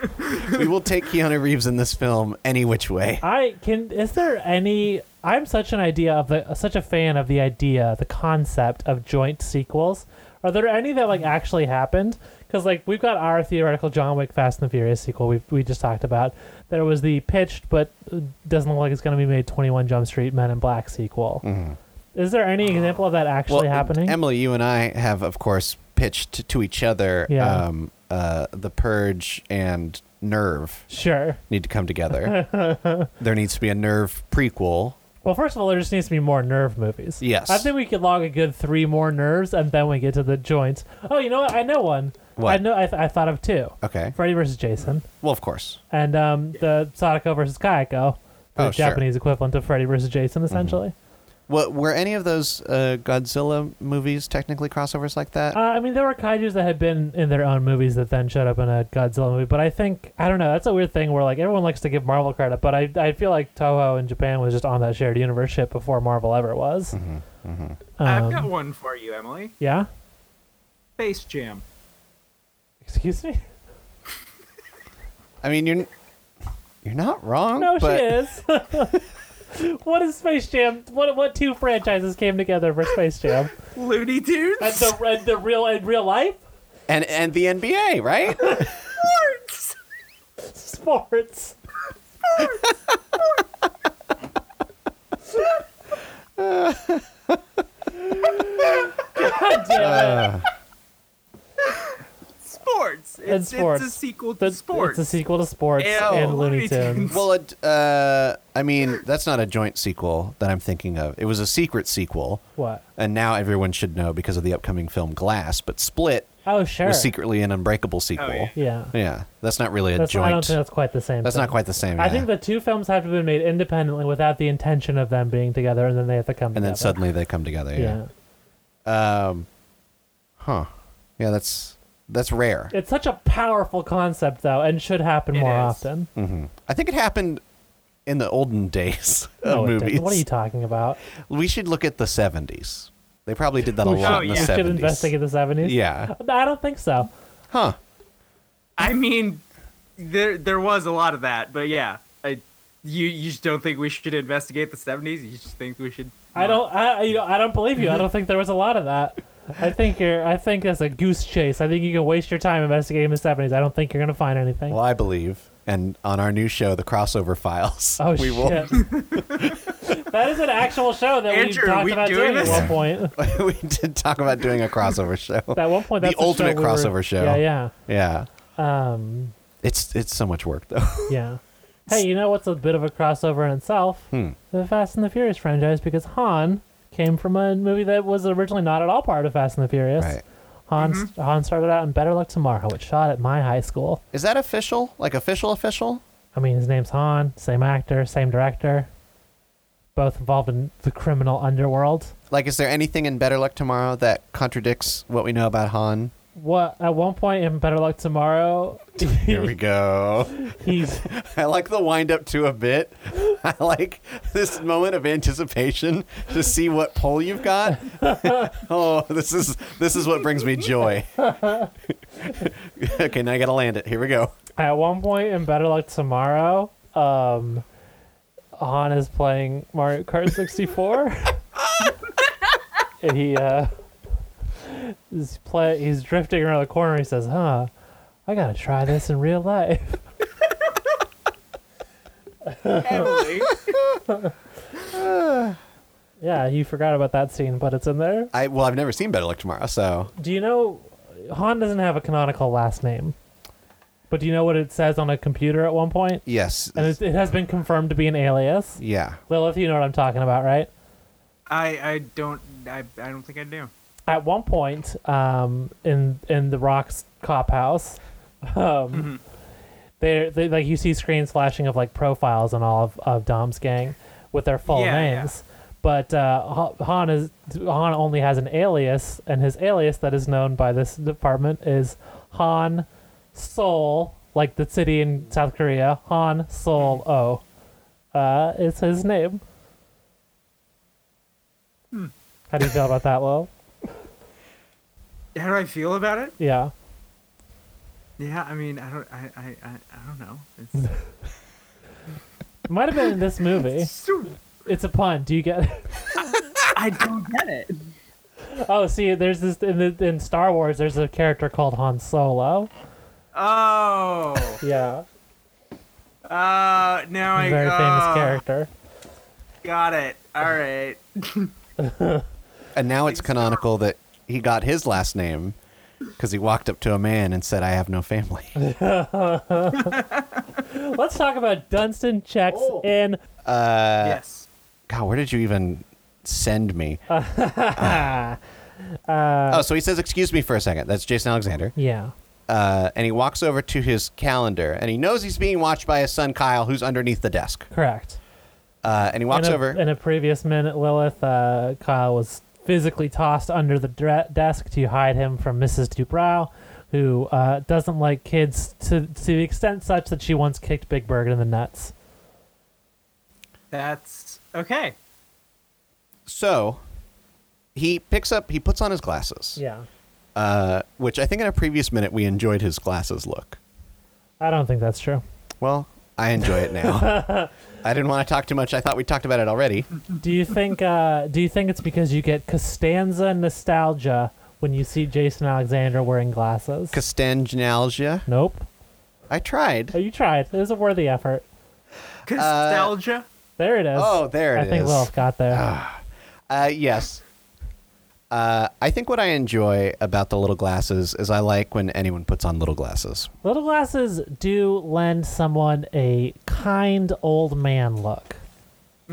B: we will take Keanu Reeves in this film any which way.
A: I can. Is there any? I'm such an idea of the such a fan of the idea, the concept of joint sequels. Are there any that
C: Mm-hmm.
A: like actually happened? Because like we've got our theoretical John Wick Fast and the Furious sequel we we just talked about. There was the pitched but uh, doesn't look like it's going to be made 21 Jump Street Men in Black sequel.
B: Mm-hmm.
A: Is there
C: Uh-huh.
A: any example of that actually happening?
B: Emily, you and I have, of course, pitched to each other.
A: Yeah.
B: Um, uh, the Purge and Nerve
A: sure.
B: need to come together. there needs to be a Nerve prequel.
A: Well, first of all, there just needs to be more nerve movies.
B: Yes.
A: I think we could log a good three more nerves, and then we get to the joints. Oh, you know what? I know one.
B: What?
A: I know. I, th- I thought of two.
B: Okay.
A: Freddy versus Jason,
B: Well, of course.
A: and um, the Sadako versus Kayako, the
B: Oh, sure. Mm-hmm.
A: Japanese equivalent of Freddy versus Jason, essentially.
B: What were any of those uh, Godzilla movies technically crossovers like that?
A: Uh, I mean, there were kaiju's that had been in their own movies that then showed up in a Godzilla movie, but I think I don't know. That's a weird thing where like everyone likes to give Marvel credit, but I I feel like Toho in Japan was just on that shared universe ship before Marvel ever was.
B: Mm-hmm.
C: I've
A: Um,
C: got one for you, Emily.
A: Yeah.
C: Space Jam.
A: Excuse me.
B: I mean, you're you're not wrong.
A: No,
B: but
A: she is. what is Space Jam? What what two franchises came together for Space Jam?
C: Looney
A: And
C: Tunes.
A: the and the real in real life
B: And and the NBA, right?
A: sports. Uh,
C: sports. It's,
A: And sports.
C: It's a sequel to
A: But
C: sports.
A: It's a sequel to Sports
C: Ew,
A: and Looney
C: Looney Tunes.
A: Tunes.
B: Well, it, uh, I mean, that's not a joint sequel that I'm thinking of. It was a secret sequel,
A: What?
B: and now everyone should know because of the upcoming film Glass. But Split
A: Oh, sure.
B: was secretly an Unbreakable sequel.
C: yeah.
A: Yeah.
B: Yeah, that's not really a
A: That's,
B: joint.
A: I don't think that's quite the same.
B: that's
A: thing.
B: not quite the same.
A: I
B: yeah.
A: think the two films have to be made independently without the intention of them being together, and then they have to come
B: and
A: together.
B: then suddenly they come together. Yeah.
A: yeah.
B: Huh. Yeah, that's that's rare.
A: It's such a powerful concept, though, and should happen
C: It
A: more
C: is.
A: often.
B: Mm-hmm. I think it happened in the olden days of
A: No, it didn't.
B: movies.
A: What are you talking about?
B: we should look at the 70s. They probably did that a
A: we should,
B: lot in
A: we
B: the
C: yeah.
A: should
B: 70s.
A: investigate the 70s.
B: Yeah.
A: I don't think so.
B: Huh.
C: I mean, there there was a lot of that, but yeah, I, you you just don't think we should investigate the seventies. You just think we should.
A: I don't. I you know. I don't believe you. I
B: Mm-hmm.
A: don't think there was a lot of that. I think you're. I think that's a goose chase. I think you can waste your time investigating the seventies. I don't think you're gonna find anything.
B: Well, I believe. And on our new show, The Crossover Files,
A: oh
B: we
A: shit!
B: will
A: that is an actual show that
C: Andrew,
A: we talked
C: are we
A: about
C: doing
A: at
C: this?
A: one point.
B: we did talk about doing a crossover show.
A: At one point,
B: The
A: that's show
B: ultimate
A: we were-
B: crossover show.
A: Yeah,
B: yeah.
A: yeah, um,
B: It's it's so much work though.
A: yeah. Hey, you know what's a bit of a crossover in itself?
B: Hmm.
A: The Fast and the Furious franchise, because Han came from a movie that was originally not at all part of Fast and the Furious.
B: Right.
A: Han Han started out in Better Luck Tomorrow, which shot at my high school.
B: Is that official? Like official official?
A: I mean, his name's Han, same actor, same director, both involved in the criminal underworld.
B: Like is there anything in Better Luck Tomorrow that contradicts what we know about Han?
A: What at one point in Better Luck Tomorrow,
B: Here we go.
A: he's
B: I like the wind up to a bit. I like this moment of anticipation to see what poll you've got. oh, this is this is what brings me joy. okay, now I gotta land it. Here we go.
A: at one point in Better Luck Tomorrow. Um, Han is playing Mario Kart 64, and he uh, is play. He's drifting around the corner. He says, "Huh, I gotta try this in real life."
C: Emily,
A: Yeah, you forgot about that scene, but it's in there.
B: I well, I've never seen Better Luck Tomorrow, so
A: Do you know Han doesn't have a canonical last name? But do you know what it says on a computer at one point?
B: yes,
A: And it, it has been confirmed to be an alias.
B: yeah.
A: Lilith, you know what I'm talking about, right?
C: I I don't I, I don't think I do.
A: At one point, um, in in the Rock's cop house, um,
C: Mm-hmm.
A: they they like you see screens flashing of like profiles and all of, of Dom's gang with their full
C: Yeah, yeah.
A: names. But uh, Ha- Han is Han only has an alias, and his alias that is known by this department is Han Seoul, like the city in South Korea. Han
C: Mm-hmm.
A: Seoul Oh, uh, is his name.
C: Hmm.
A: How do you feel about that, Will?
C: How do I feel about it?
A: Yeah.
C: Yeah, I mean, I don't I I I, I don't know. It's,
A: It might have been in this movie.
C: so-
A: It's a pun. Do you get it?
C: I don't get it.
A: Oh, see, there's this in, the, in Star Wars. There's a character called Han Solo.
C: Oh,
A: Yeah,
C: uh, now I
A: very
C: oh,
A: famous character.
C: Got it. All right.
B: And now it's canonical that he got his last name because he walked up to a man and said, "I have no family."
A: Let's talk about Dunstan checks
B: Oh.
A: in.
C: yes.
B: God, where did you even send me?
A: Ah,
B: oh, so he says, "Excuse me for a second. That's Jason Alexander.
A: yeah.
B: Uh, and he walks over to his calendar, and he knows he's being watched by his son Kyle, who's underneath the desk.
A: Correct.
B: Uh, and he walks
A: in a,
B: over.
A: In a previous minute, Lilith, uh, Kyle was physically tossed under the dre- desk to hide him from Mrs. Dubrow, who uh, doesn't like kids to, to the extent such that she once kicked Big Bird in the nuts.
C: That's okay.
B: so he picks up, he puts on his glasses,
A: Yeah.
B: uh, which I think in a previous minute we enjoyed his glasses look.
A: I don't think that's true.
B: Well, I enjoy it now. I didn't want to talk too much. I thought we talked about it already.
A: Do you think? Uh, do you think it's because you get Costanza nostalgia when you see Jason Alexander wearing glasses?
B: Costanginalgia.
A: nope.
B: I tried.
A: Oh, you tried. It was a worthy effort.
C: Nostalgia.
A: There it is.
B: Oh, there
A: I
B: it
A: think
B: is.
A: Lilith got there.
B: Uh, yes. Uh, I think what I enjoy about the little glasses is I like when anyone puts on little glasses.
A: Little glasses do lend someone a kind old man look.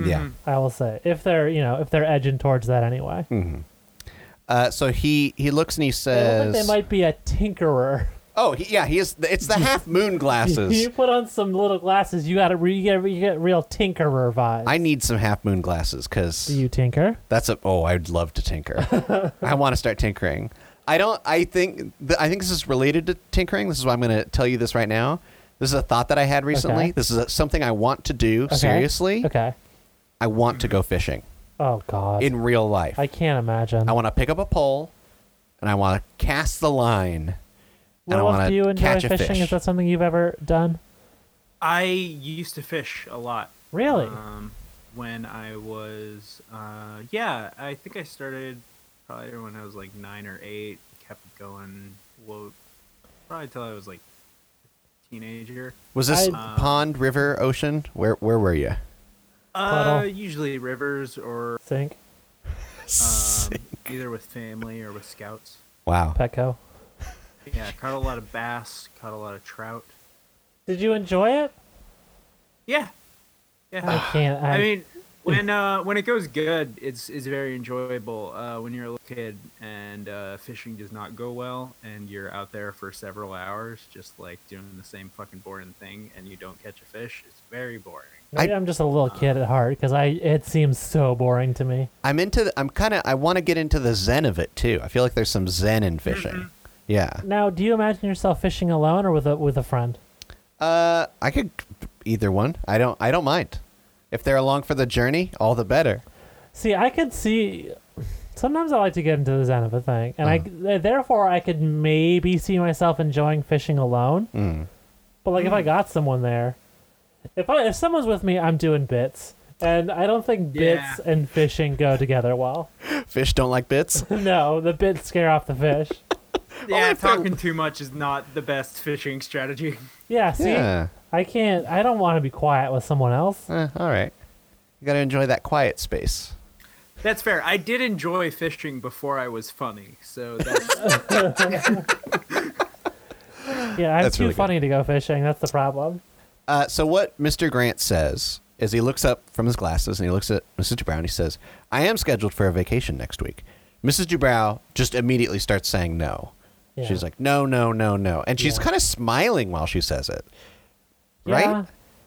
B: Yeah.
A: I will say, if they're you know if they're edging towards that anyway,
B: Hmm. Uh, so he he looks and he
A: I don't think
B: says,
A: they might be a tinkerer.
B: "Oh, he, yeah, he is. It's the half moon
A: you
B: glasses.
A: put on some little glasses, you got to re- you get you get real tinkerer vibes.
B: I need some half moon glasses because
A: Do you tinker?
B: That's a oh, I'd love to tinker. I want to start tinkering. I don't. I think th- I think this is related to tinkering. This is why I'm going to tell you this right now. This is a thought that I had recently.
A: Okay.
B: This is a, something I want to do
A: Okay.
B: seriously.
A: Okay.
B: I want to go fishing
A: Oh God.
B: in real life.
A: I can't imagine.
B: I want to pick up a pole, and I want to cast the line,
A: What
B: and I
A: else
B: want
A: do you
B: to
A: enjoy
B: catch a
A: fishing?
B: fish.
A: Is that something you've ever done?
C: I used to fish a lot.
A: Really?
C: Um, when I was, uh, yeah, I think I started probably when I was like nine or eight. Kept going, well, probably till I was like teenager.
B: Was this
A: I-
B: pond, river, ocean? Where where were you?
C: Uh,
A: Puddle.
C: usually rivers or
A: Sink,
C: um, either with family or with scouts.
B: wow.
A: Petco.
C: Yeah, caught a lot of bass, caught a lot of trout.
A: Did you enjoy it?
C: Yeah, yeah.
A: I can't. I,
C: I mean, when uh, when it goes good, it's it's very enjoyable. Uh, when you're a little kid and uh, fishing does not go well, and you're out there for several hours just like doing the same fucking boring thing, and you don't catch a fish, it's very boring.
A: maybe I, am just a little kid at heart because I it seems so boring to me.
B: I'm into. The, I'm kind of. I want to get into the zen of it too. I feel like there's some zen in fishing. Yeah.
A: Now, do you imagine yourself fishing alone or with a with a friend?
B: Uh, I could either one. I don't. I don't mind. If they're along for the journey, all the better.
A: See, I could see. Sometimes I like to get into the zen of a thing, and
B: Uh-huh.
A: I th- therefore I could maybe see myself enjoying fishing alone.
B: Mm.
A: But like, if I got someone there, if I if someone's with me, I'm doing bits, and I don't think bits
C: Yeah.
A: and fishing go together well.
B: Fish don't like bits.
A: no, the bits scare off the fish.
C: Yeah,
B: if they're-
C: talking too much is not the best fishing strategy.
A: Yeah, see,
B: yeah.
A: I can't. I don't want to be quiet with someone else.
B: Eh, all right. You gotta enjoy that quiet space.
C: That's fair. I did enjoy fishing before I was funny, so that's
A: Yeah, I'm
B: That's
A: too
B: really good.
A: funny to go fishing. That's the problem.
B: Uh, so what Mr. Grant says is he looks up from his glasses and he looks at Mrs. Dubrow and he says, "I am scheduled for a vacation next week." Mrs. Dubrow just immediately starts saying no.
A: Yeah.
B: She's like, "No, no, no, no," and she's
A: Yeah.
B: kind of smiling while she says it.
A: Yeah,
B: right?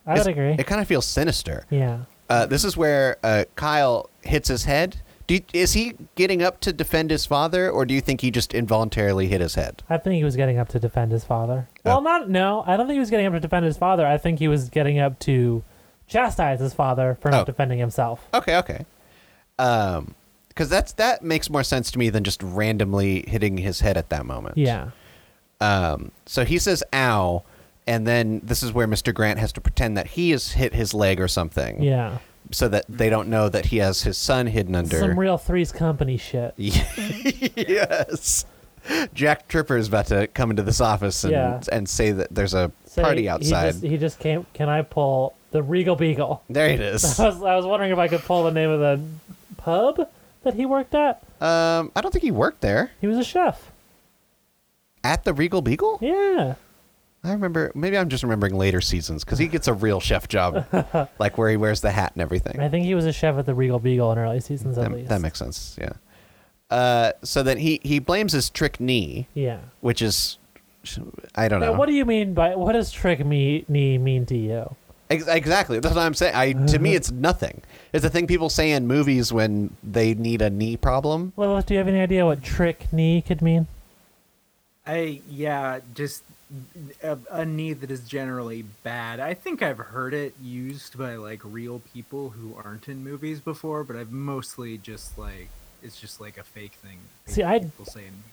A: I would
B: It's-
A: agree.
B: It kind of feels sinister.
A: yeah.
B: Uh, this is where uh, Kyle hits his head. Do you, is he getting up to defend his father, or do you think he just involuntarily hit his head?
A: I think he was getting up to defend his father.
B: Uh,
A: Well, not no. I don't think he was getting up to defend his father. I think he was getting up to chastise his father for not
B: Oh.
A: defending himself.
B: Okay, okay. Because that's that makes more sense to me than just randomly hitting his head at that moment.
A: Yeah.
B: So he says "ow," and then this is where Mr. Grant has to pretend that he has hit his leg or something.
A: Yeah.
B: So that they don't know that he has his son hidden under.
A: Some real Three's Company shit.
B: yes. Jack Tripper is about to come into this office and,
A: Yeah.
B: and say that there's a
A: So
B: party
A: he-
B: outside.
A: He just, he just came. Can I pull the Regal Beagle?
B: There it
A: I
B: is. Um,
A: was, I was wondering if I could pull the name of the pub that he worked at.
B: Um, I don't think he worked there
A: He was a chef.
B: at the Regal Beagle.
A: Yeah.
B: I remember. Maybe I'm just remembering later seasons because he gets a real chef job, like where he wears the hat and everything.
A: I think he was a chef at the Regal Beagle in early seasons at
B: That,
A: least.
B: that makes sense. Yeah. Uh, so then he he blames his trick knee,
A: Yeah.
B: which is I don't
A: Now,
B: know.
A: what do you mean by what does trick me knee mean to you?
B: Ex- exactly. That's what I'm saying. I to me it's nothing. It's a thing people say in movies when they need a knee problem.
A: Lilith, do you have any idea what trick knee could mean?
C: I yeah, just a, a knee that is generally bad. I think I've heard it used by like real people who aren't in movies before, but I've mostly just like it's just like a fake thing. that
A: See, I-
C: people say in movies.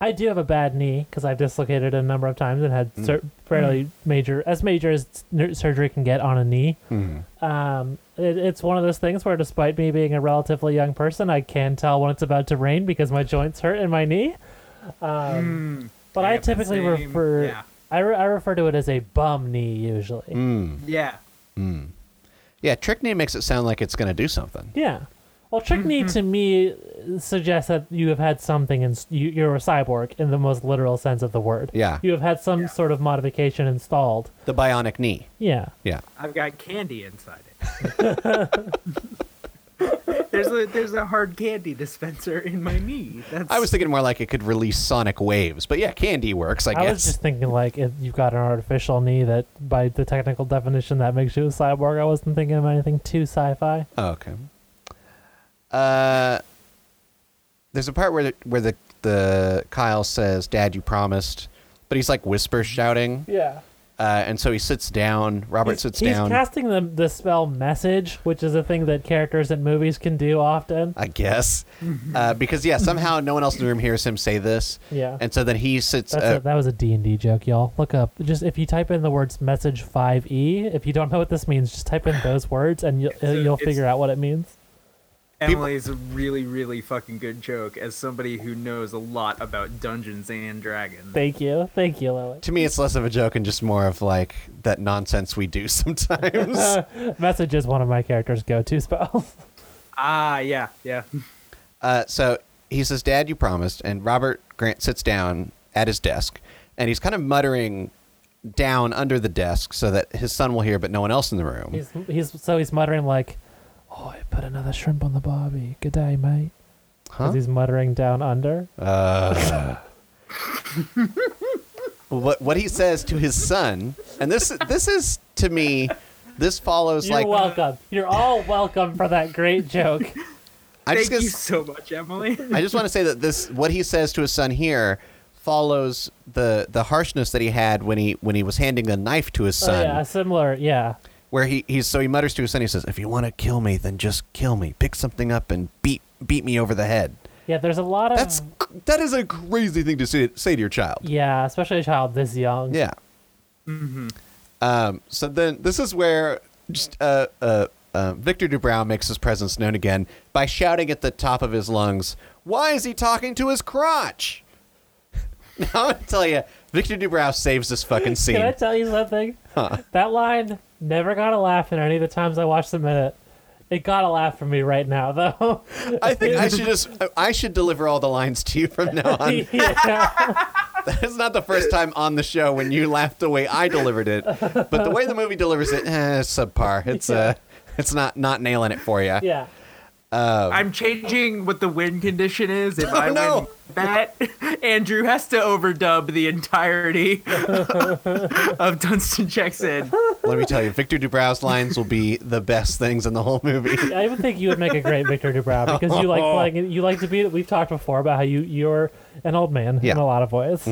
A: I do have a bad knee because I've dislocated it a number of times and had sur- fairly
C: Hmm.
A: major, as major as n- surgery can get on a knee. Um, it, it's one of those things where, despite me being a relatively young person, I can tell when it's about to rain because my joints hurt in my knee. Um, But I,
C: I Hmm. have the
A: typically
C: same-
A: refer,
C: yeah.
A: I, re- I refer to it as a bum knee usually.
C: Yeah,
B: Yeah, trick knee makes it sound like it's going to do something.
A: Yeah. Well, trick knee to me suggests that you have had something and you, you're a cyborg in the most literal sense of the word.
B: Yeah.
A: You have had some sort of modification installed.
B: The bionic knee.
A: Yeah.
B: Yeah.
C: I've got candy inside it. there's a there's a hard candy dispenser in my knee. That's
B: I was thinking more like it could release sonic waves, but yeah, candy works, I,
A: I,
B: guess.
A: was just thinking like if you've got an artificial knee that by the technical definition that makes you a cyborg. I wasn't thinking of anything too sci-fi.
B: Oh, okay. Uh, there's a part where the, where the the Kyle says, "Dad, you promised," but he's like whisper shouting,
A: Yeah.
B: uh, and so he sits down. Robert
A: He's,
B: sits
A: he's
B: down.
A: casting the, the spell message, which is a thing that characters in movies can do often.
B: I guess,
A: Mm-hmm.
B: uh, because yeah, somehow no one else in the room hears him say this,
A: Yeah.
B: and so then he sits.
A: That's
B: uh,
A: a, that was a D&D joke, y'all. Look up. Just if you type in the words message 5e, if you don't know what this means, just type in those words and you'll,
C: It's a-
A: you'll
C: it's-
A: figure out what it means.
C: Emily is a really really fucking good joke as somebody who knows a lot about Dungeons and Dragons.
A: Thank you. Thank you, Lily.
B: to me, it's less of a joke and just more of like that nonsense we do sometimes.
A: message is one of my character's go-to spells.
C: Ah, yeah, yeah.
B: Uh, so he says, "Dad, you promised." And Robert Grant sits down at his desk, and he's kind of muttering down under the desk so that his son will hear, but no one else in the room.
A: He's he's so he's muttering like, "Oh, I put another shrimp on the barbie. Good day, mate." 'Cause
B: huh?
A: he's muttering down under.
B: What what he says to his son, and this this is to me, this follows
A: You're
B: like
A: welcome. You're all welcome for that great joke.
B: I
C: Thank
B: just
C: you
B: gonna-
C: so much, Emily.
B: I just want to say that this what he says to his son here follows the the harshness that he had when he when he was handing the knife to his
A: Oh,
B: son.
A: yeah, similar. Yeah,
B: where he, he's so he mutters to his son he says if you want to kill me then just kill me pick something up and beat beat me over the head
A: yeah. There's a lot of
B: that's that is a crazy thing to say, say to your child
A: yeah, especially a child this young.
B: yeah um, so then this is where just uh, uh, uh, victor dubrow makes his presence known again by shouting at the top of his lungs why is he talking to his crotch now i'm gonna tell you victor dubrow saves this fucking scene
A: Can I tell you something? That line never got a laugh in any of the times I watched the minute. It got a laugh from me right now, though.
B: I think I should just I should deliver all the lines to you from now on
A: yeah.
B: It's not the first time on the show when you laughed the way I delivered it, but the way the movie delivers it, eh, it's subpar. It's uh, it's not not nailing it for you.
A: yeah.
C: I'm changing what the win condition is. If I
B: Oh. no.
C: win that, Andrew has to overdub the entirety of Dunstan Jackson.
B: Let me tell you, Victor Dubrow's lines will be the best things in the whole movie.
A: I even think you would make a great Victor Dubrow because you
B: Oh.
A: like playing. You like to be. We've talked before about how you you're an old man in
B: Yeah. Mm-hmm.
A: a lot of ways.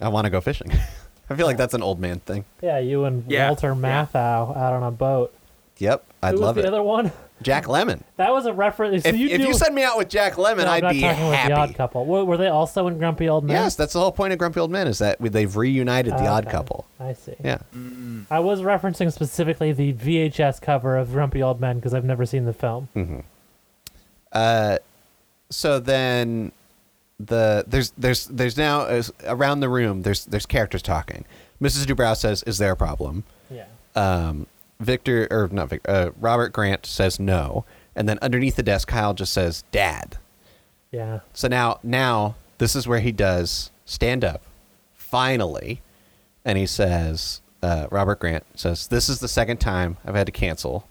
B: I want to go fishing. I feel like that's an old man thing.
A: Yeah, you and
C: Yeah,
A: Walter
C: yeah.
A: Matthau out on a boat.
B: Yep, I'd
A: Who was
B: love
A: the
B: it.
A: other one?
B: Jack Lemon.
A: That was a reference. So
B: If,
A: you
B: if
A: do,
B: you send me out with Jack Lemon,
A: no, I'm
B: I'd
A: not
B: be
A: talking
B: happy.
A: with the Odd Couple. Were, were they also in Grumpy Old Man?
B: Yes, that's the whole point of Grumpy Old Men is that we- they've reunited the
A: Oh,
B: Odd
A: okay.
B: Couple.
A: I see.
B: Yeah,
A: I was referencing specifically the VHS cover of Grumpy Old Men because I've never seen the film.
B: Hmm. so then the there's there's there's now uh, around the room there's there's characters talking. Mrs. Dubrow says, "Is there a problem?"
A: Yeah.
B: Um, Victor or not Victor, uh, Robert Grant says no, and then underneath the desk, Kyle just says, "Dad."
A: Yeah.
B: So now now this is where he does stand up, finally, and he says, uh, "Robert Grant says this is the second time I've had to cancel."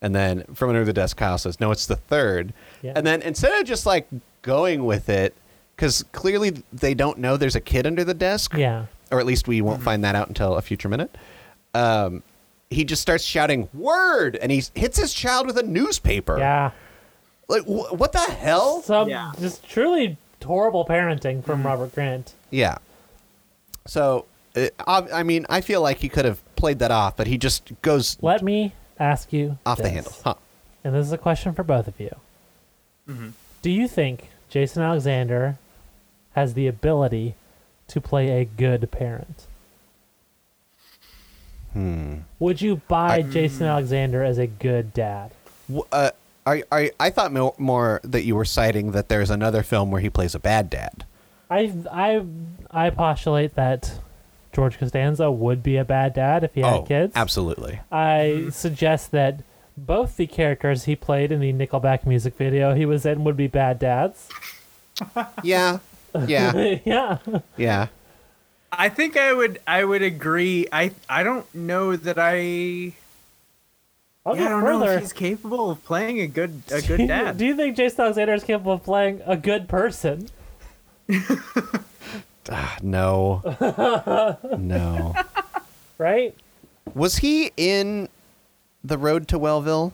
B: And then from under the desk, Kyle says, "No, it's the third.
A: Yeah.
B: And then instead of just like going with it, because clearly they don't know there's a kid under the desk,
A: Yeah.
B: or at least we won't find that out until a future minute. Um, he just starts shouting "word" and he hits his child with a newspaper.
A: Yeah.
B: Like wh- what the hell?
A: Some
C: Yeah.
A: just truly horrible parenting from Robert Grant.
B: Yeah. So, uh, ob- I mean, I feel like he could have played that off, but he just goes
A: Let me ask you
B: off the
A: this,
B: handle. Huh.
A: And this is a question for both of you. Do you think Jason Alexander has the ability to play a good parent? Hmm. Would you buy Jason Alexander as a good dad?
B: W- Uh, are, are, I thought mo- more that you were citing that there's another film where he plays a bad dad.
A: I I I postulate that George Costanza would be a bad dad if he had
B: oh,
A: kids.
B: absolutely.
A: I suggest that both the characters he played in the Nickelback music video he was in would be bad dads.
B: Yeah. Yeah.
A: yeah.
B: Yeah.
C: I think I would I would agree. I I don't know that I, yeah,
A: I'll
C: I
A: go
C: don't know
A: further.
C: if he's capable of playing a good a
A: do, you,
C: good dad.
A: do you think Jason Alexander is capable of playing a good person?
B: Ah, no. no.
A: Right?
B: Was he in The Road to Wellville?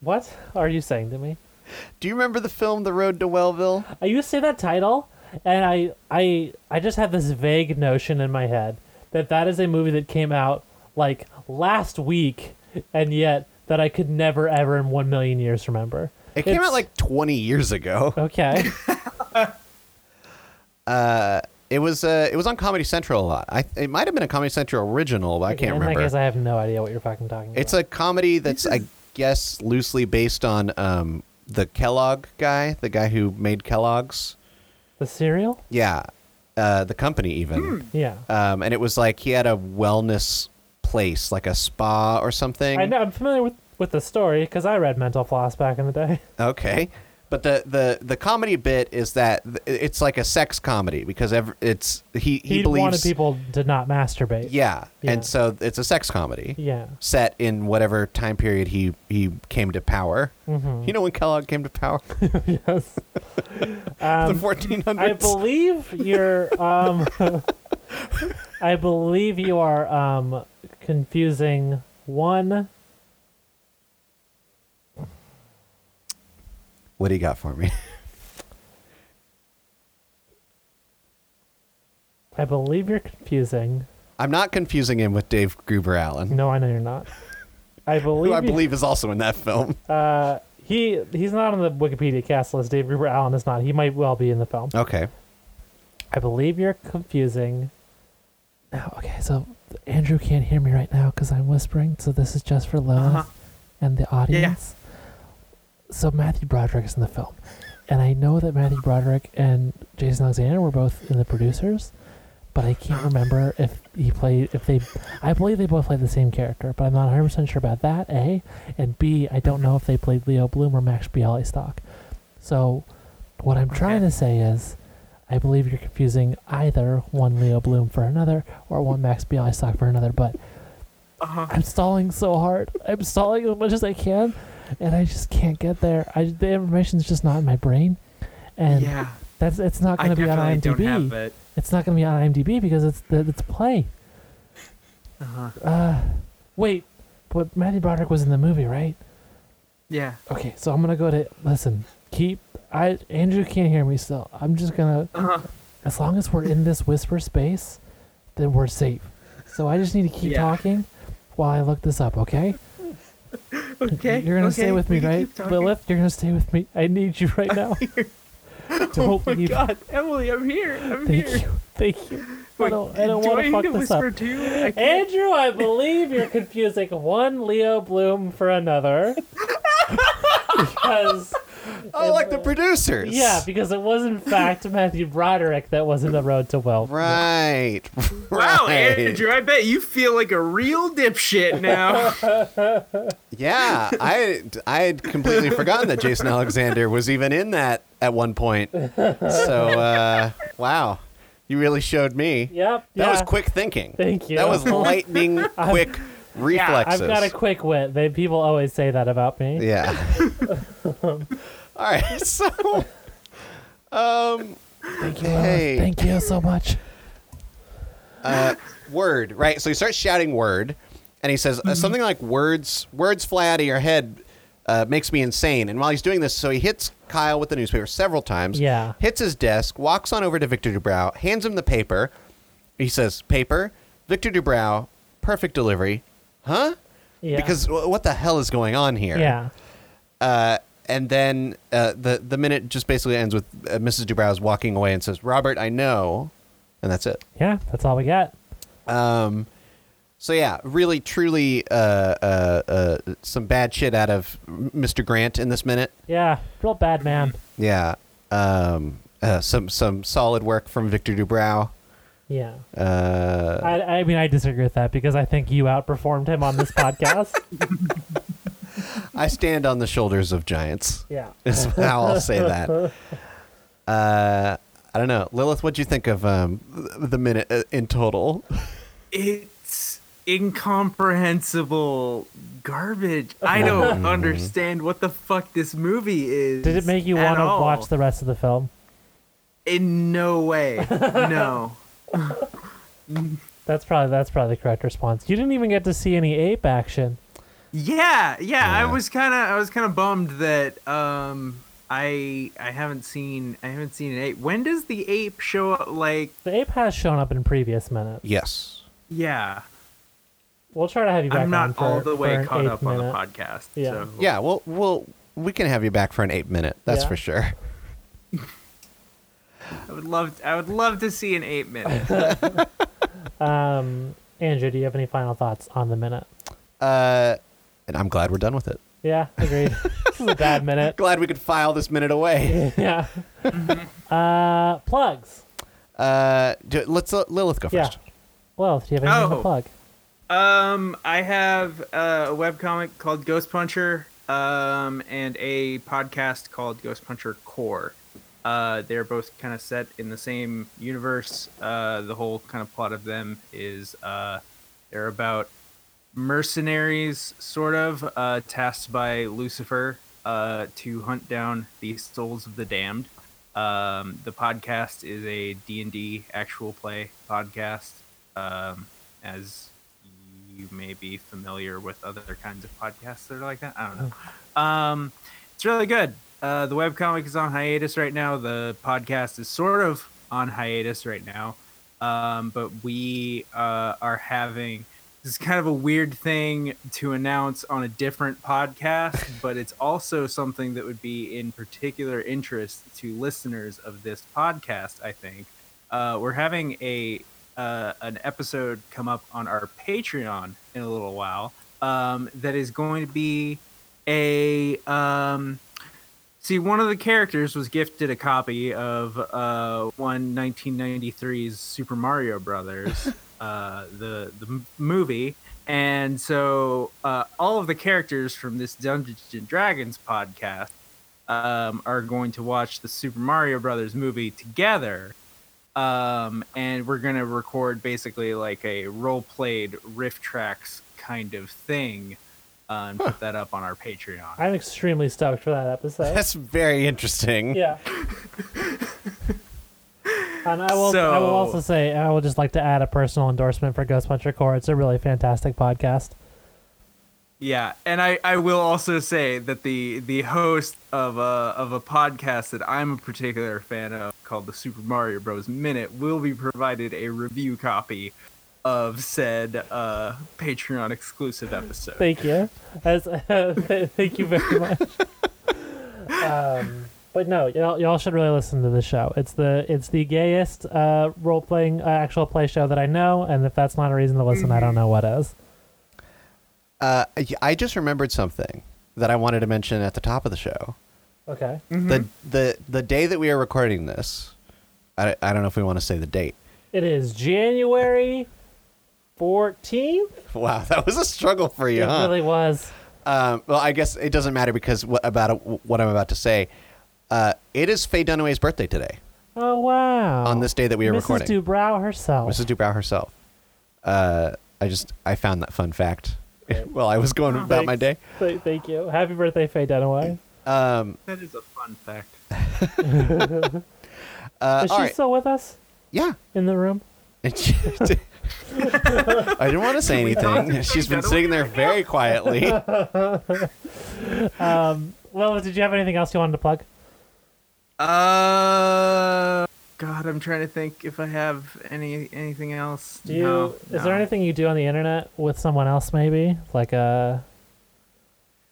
A: What are you saying to me?
B: Do you remember the film The Road to Wellville?
A: I used to say that title, and I, I, I just have this vague notion in my head that that is a movie that came out like last week, and yet that I could never ever in one million years remember.
B: It came
A: It's-
B: out like 20 years ago.
A: okay,
B: It was uh, it was on Comedy Central a lot. I, it might have been a Comedy Central original, but I can't
A: in that
B: remember.
A: case, I have no idea what you're fucking talking about.
B: It's a comedy that's, I guess, loosely based on um, the Kellogg guy, the guy who made Kellogg's.
A: the cereal.
B: Yeah, uh, the company even.
A: Yeah,
B: Um, and it was like he had a wellness place, like a spa or something.
A: I know. I'm familiar with with the story because I read Mental Floss back in the day.
B: Okay. But the, the, the comedy bit is that th- it's like a sex comedy because ev it's he, he
A: He, wanted
B: believes
A: people to not masturbate.
B: yeah,
A: Yeah.
B: and so it's a sex comedy
A: yeah.
B: set in whatever time period he he came to power.
A: Mm-hmm.
B: You know when Kellogg came to power,
A: yes.
B: the 1400s.
A: Um, I believe you're. Um, I believe you are um, confusing one.
B: What do you got for me?
A: I believe you're confusing.
B: I'm not confusing him with Dave Gruber Allen,
A: No, I know you're not. I believe.
B: who I
A: you-
B: believe is also in that film.
A: Uh, he he's not on the Wikipedia cast list. Dave Gruber Allen is not. He might well be in the film.
B: Okay.
A: I believe you're confusing. Oh, okay, so Andrew can't hear me right now because I'm whispering, so this is just for Lois
C: Uh-huh.
A: and the audience. So Matthew Broderick's in the film, and I know that Matthew Broderick and Jason Alexander were both in the producers, but I can't remember if he played if they. I believe they both played the same character, but I'm not 100 percent sure about that. A and B, I don't know if they played Leo Bloom or Max Bialystock. So, what I'm trying to say is, I believe you're confusing either one Leo Bloom for another or one Max Bialystock for another. But
C: Uh-huh.
A: I'm stalling so hard. I'm stalling as much as I can, and I just can't get there. I, the information's just not in my brain, and
C: yeah,
A: that's it's not
C: I
A: going to be on
C: definitely
A: IMDb.
C: don't have it.
A: It's not going to be on IMDb because it's the, it's a play.
C: Uh-huh.
A: Uh, wait, but Matthew Broderick was in the movie, right?
C: Yeah.
A: Okay, so I'm gonna go to listen. Keep I Andrew can't hear me still. I'm just gonna
C: Uh-huh.
A: as long as we're in this whisper space, then we're safe. So I just need to keep
C: Yeah.
A: talking while I look this up, okay?
C: Okay.
A: You're gonna
C: okay,
A: stay with me,
C: we can
A: right?
C: keep talking.
A: Lilith, you're gonna stay with me. I need you right now.
C: Oh
A: Don't
C: my
A: leave.
C: God, Emily, I'm here. I'm
A: Thank
C: here.
A: you. Thank you. I
C: Wait,
A: don't, I don't
C: do
A: want to
C: need
A: fuck
C: to
A: this up.
C: whisper Too? I can't.
A: Andrew, I believe you're confusing one Leo Bloom for another. because
B: Oh, like the producers.
A: Yeah, because it was in fact Matthew Broderick that was in the road to wealth.
B: Right.
C: Wow,
B: Right.
C: Andrew, I bet you feel like a real dipshit now.
B: Yeah, I I had completely forgotten that Jason Alexander was even in that at one point. So uh, wow, you really showed me.
A: Yep.
B: That
A: yeah.
B: was quick thinking.
A: Thank you.
B: That was lightning quick
A: I've
B: reflexes.
A: got a quick wit. They people always say that about me.
B: yeah. All right. So um,
A: Thank you.
B: Hey.
A: Thank you so much.
B: word, right? So he starts shouting word, and he says
A: Mm-hmm.
B: uh, something like words. Words fly out of your head. Uh, makes me insane. And while he's doing this, so he hits Kyle with the newspaper several times.
A: Yeah.
B: Hits his desk, walks on over to Victor Dubrow, hands him the paper. He says, "Paper, Victor Dubrow, perfect delivery, huh?
A: Yeah.
B: Because w- what the hell is going on here?
A: yeah.
B: and then uh, the the minute just basically ends with uh, Mrs. Dubrow's walking away and says, "Robert, I know," and that's it.
A: Yeah, that's all we got.
B: So yeah, really, truly, uh, uh, uh, some bad shit out of M- Mr. Grant in this minute.
A: Yeah. Real bad man.
B: Yeah, um, uh, some some solid work from Victor Dubrow.
A: Yeah.
B: Uh,
A: I, I mean I disagree with that because I think you outperformed him on this podcast.
B: I stand on the shoulders of giants.
A: Yeah.
B: Is how I'll say that. Uh, I don't know, Lilith. What do you think of um, th- the minute uh, in total?
C: It's incomprehensible garbage. I
B: Mm-hmm.
C: don't understand what the fuck this movie is.
A: Did it make you
C: at
A: want to
C: all.
A: watch the rest of the film?
C: In no way. No.
A: That's probably that's probably the correct response. You didn't even get to see any ape action.
C: Yeah, yeah, I
B: Yeah.
C: was kind of I was kind of bummed that um I I haven't seen I haven't seen an ape. When does the ape show up like
A: The ape has shown up in previous minutes.
B: Yes.
C: yeah.
A: We'll try to have you back
C: I'm
A: on
C: not
A: for,
C: all the
A: for
C: way
A: an
C: caught
A: eighth
C: up on
A: minute.
C: the podcast.
A: Yeah.
C: So.
B: Yeah. Well, well, we can have you back for an eight minute. That's
A: Yeah.
B: for sure.
C: I would love I would love to see an 8 minute.
A: Um, Andrew, do you have any final thoughts on the minute?
B: Uh, and I'm glad we're done with it.
A: Yeah, agreed. this is a bad minute.
B: Glad we could file this minute away.
A: Yeah.
C: Mm-hmm.
A: uh, plugs.
B: Uh, do, let's let Lilith go
A: Yeah.
B: first.
A: Well, do you have anything to
C: Oh.
A: plug?
C: Um, I have uh, a webcomic called Ghost Puncher, um, and a podcast called Ghost Puncher Core. Uh, they're both kind of set in the same universe. Uh, the whole kind of plot of them is uh, they're about mercenaries, sort of, uh, tasked by Lucifer uh, to hunt down the souls of the damned. Um, the podcast is a D&D actual play podcast, um, as you may be familiar with other kinds of podcasts that are like that. I don't know. Um, it's really good. Uh, the webcomic is on hiatus right now. The podcast is sort of on hiatus right now. Um, but we uh, are having this is kind of a weird thing to announce on a different podcast, but it's also something that would be in particular interest to listeners of this podcast, I think. Uh, we're having a uh, an episode come up on our Patreon in a little while um, that is going to be a um, see one of the characters was gifted a copy of uh, one 1993's Super Mario Brothers uh, the the m- movie. And so, uh, all of the characters from this Dungeons and Dragons podcast um, are going to watch the Super Mario Brothers movie together, um, and we're gonna record basically like a role played riff tracks kind of thing, uh, and put that up on our Patreon.
A: I'm extremely stoked for that episode.
B: That's very interesting.
A: yeah. And I will, I will
C: So-
A: also say, I would just like to add a personal endorsement for Ghost Puncher Core. It's a really fantastic podcast.
C: Yeah, and I, I will also say that the the host of a of a podcast that I'm a particular fan of called the Super Mario Bros. Minute will be provided a review copy of said uh, Patreon exclusive episode.
A: Thank you. As, thank you very much. um, but no, y'all, y'all should really listen to the show. It's the it's the gayest uh, role playing uh, actual play show that I know, and if that's not a reason to listen, I don't know what is.
B: Uh, y- I just remembered something that I wanted to mention at the top of the show.
A: Okay.
B: The the the day that we are recording this, I, I don't know if we want to say the date.
A: It is January fourteenth.
B: Wow, that was a struggle for you,
A: It
B: huh?
A: really was.
B: Um, well, I guess it doesn't matter because what about what I'm about to say? Uh, it is Faye Dunaway's birthday today.
A: Oh wow.
B: On this day that we are
A: Mrs.
B: recording.
A: Dubrow herself.
B: Mrs. Dubrow herself. Uh, I just I found that fun fact
A: Right.
B: while I was going about my day.
A: Thanks. Th- thank you. Happy birthday, Faye Dunaway.
B: Um,
C: That is a fun fact.
B: Uh,
A: is she
B: all right,
A: still with us
B: yeah.
A: in the room?
B: I didn't want to say anything. She's been sitting there very quietly.
A: Well, did you have anything else you wanted to plug?
C: Uh, God, I'm trying to think if I have any anything else.
A: Do you,
C: No,
A: is
C: no.
A: there anything you do on the internet with someone else, maybe like a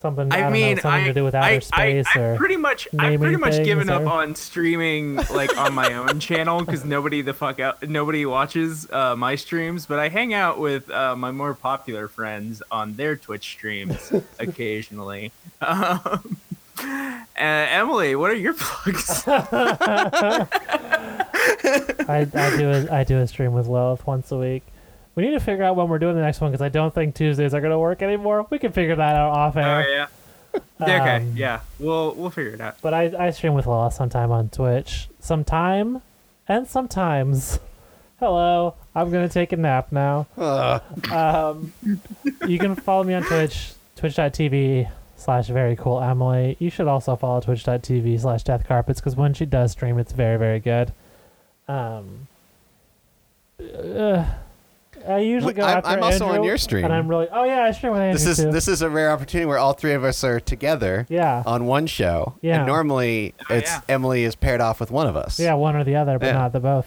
A: something? I,
C: I
A: don't
C: mean,
A: know, something
C: I,
A: to do with outer
C: I,
A: space
C: I,
A: or
C: I've pretty much, I've pretty
A: naming
C: much given
A: things
C: up
A: or-
C: on streaming like on my own channel because nobody the fuck out, nobody watches uh, my streams. But I hang out with uh, my more popular friends on their Twitch streams occasionally. Um, uh, Emily, what are your plugs?
A: Uh, I, I do a, I do a stream with Lilith once a week. We need to figure out when we're doing the next one because I don't think Tuesdays are going to work anymore. We can figure that out off
C: Oh
A: air.
C: yeah, Okay,
A: Um,
C: yeah, we'll we'll figure it out.
A: But I, I stream with Lola sometime on Twitch. Sometime and sometimes. Hello, I'm going to take a nap now.
B: Ah.
A: Um, you can follow me on Twitch, twitch.tv slash very cool Emily. You should also follow twitch.tv slash death carpets because when she does stream, it's very, very good. Um, uh, I usually
B: Wait,
A: go
B: I'm-
A: after
B: I'm also on
A: Andrew,
B: your stream.
A: And I'm really, oh yeah, I stream with Andrew
B: This is
A: too.
B: this Oh. is a rare opportunity where all three of us are together
A: yeah.
B: on one show.
A: Yeah.
B: And normally
C: Oh,
B: it's
C: yeah.
B: Emily is paired off with one of us.
A: yeah, one or the other, but
B: Yeah.
A: not the both.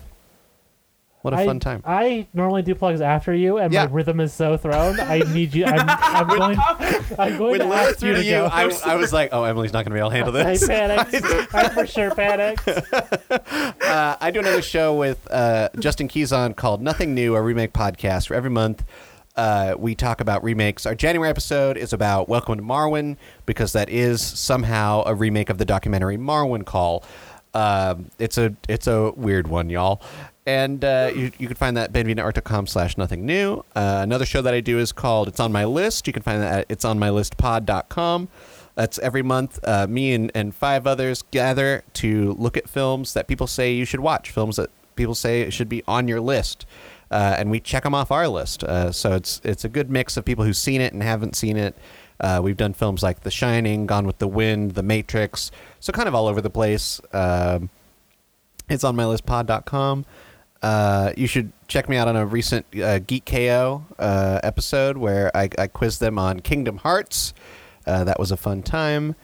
B: What a
A: I-
B: fun time.
A: I normally do plugs after you, and
B: Yeah.
A: my rhythm is so thrown. I need you. I'm, I'm going. I'm going
B: When
A: to
B: Liz
A: ask you
B: threw
A: to
B: to you,
A: go.
B: I, I was like, oh, Emily's not going to be able to handle
A: I
B: this.
A: panicked. I for sure panicked.
B: uh, I do another show with uh, Justin Keyson called Nothing New, a remake podcast. Where every month uh, we talk about remakes. Our January episode is about Welcome to Marwin because that is somehow a remake of the documentary Marwin Call. Um, it's a it's a weird one, y'all. And uh, you, you can find that at benvinetart.com slash nothing new. Uh, another show that I do is called It's On My List. You can find that at it's on my list pod.com. That's every month. Uh, me and, and five others gather to look at films that people say you should watch, films that people say should be on your list, uh, and we check them off our list. Uh, so it's it's a good mix of people who've seen it and haven't seen it. Uh, we've done films like The Shining, Gone with the Wind, The Matrix, so kind of all over the place. Um, it's on mylistpod.com. Uh, you should check me out on a recent uh, Geek KO uh, episode where I, I quizzed them on Kingdom Hearts. Uh, that was a fun time.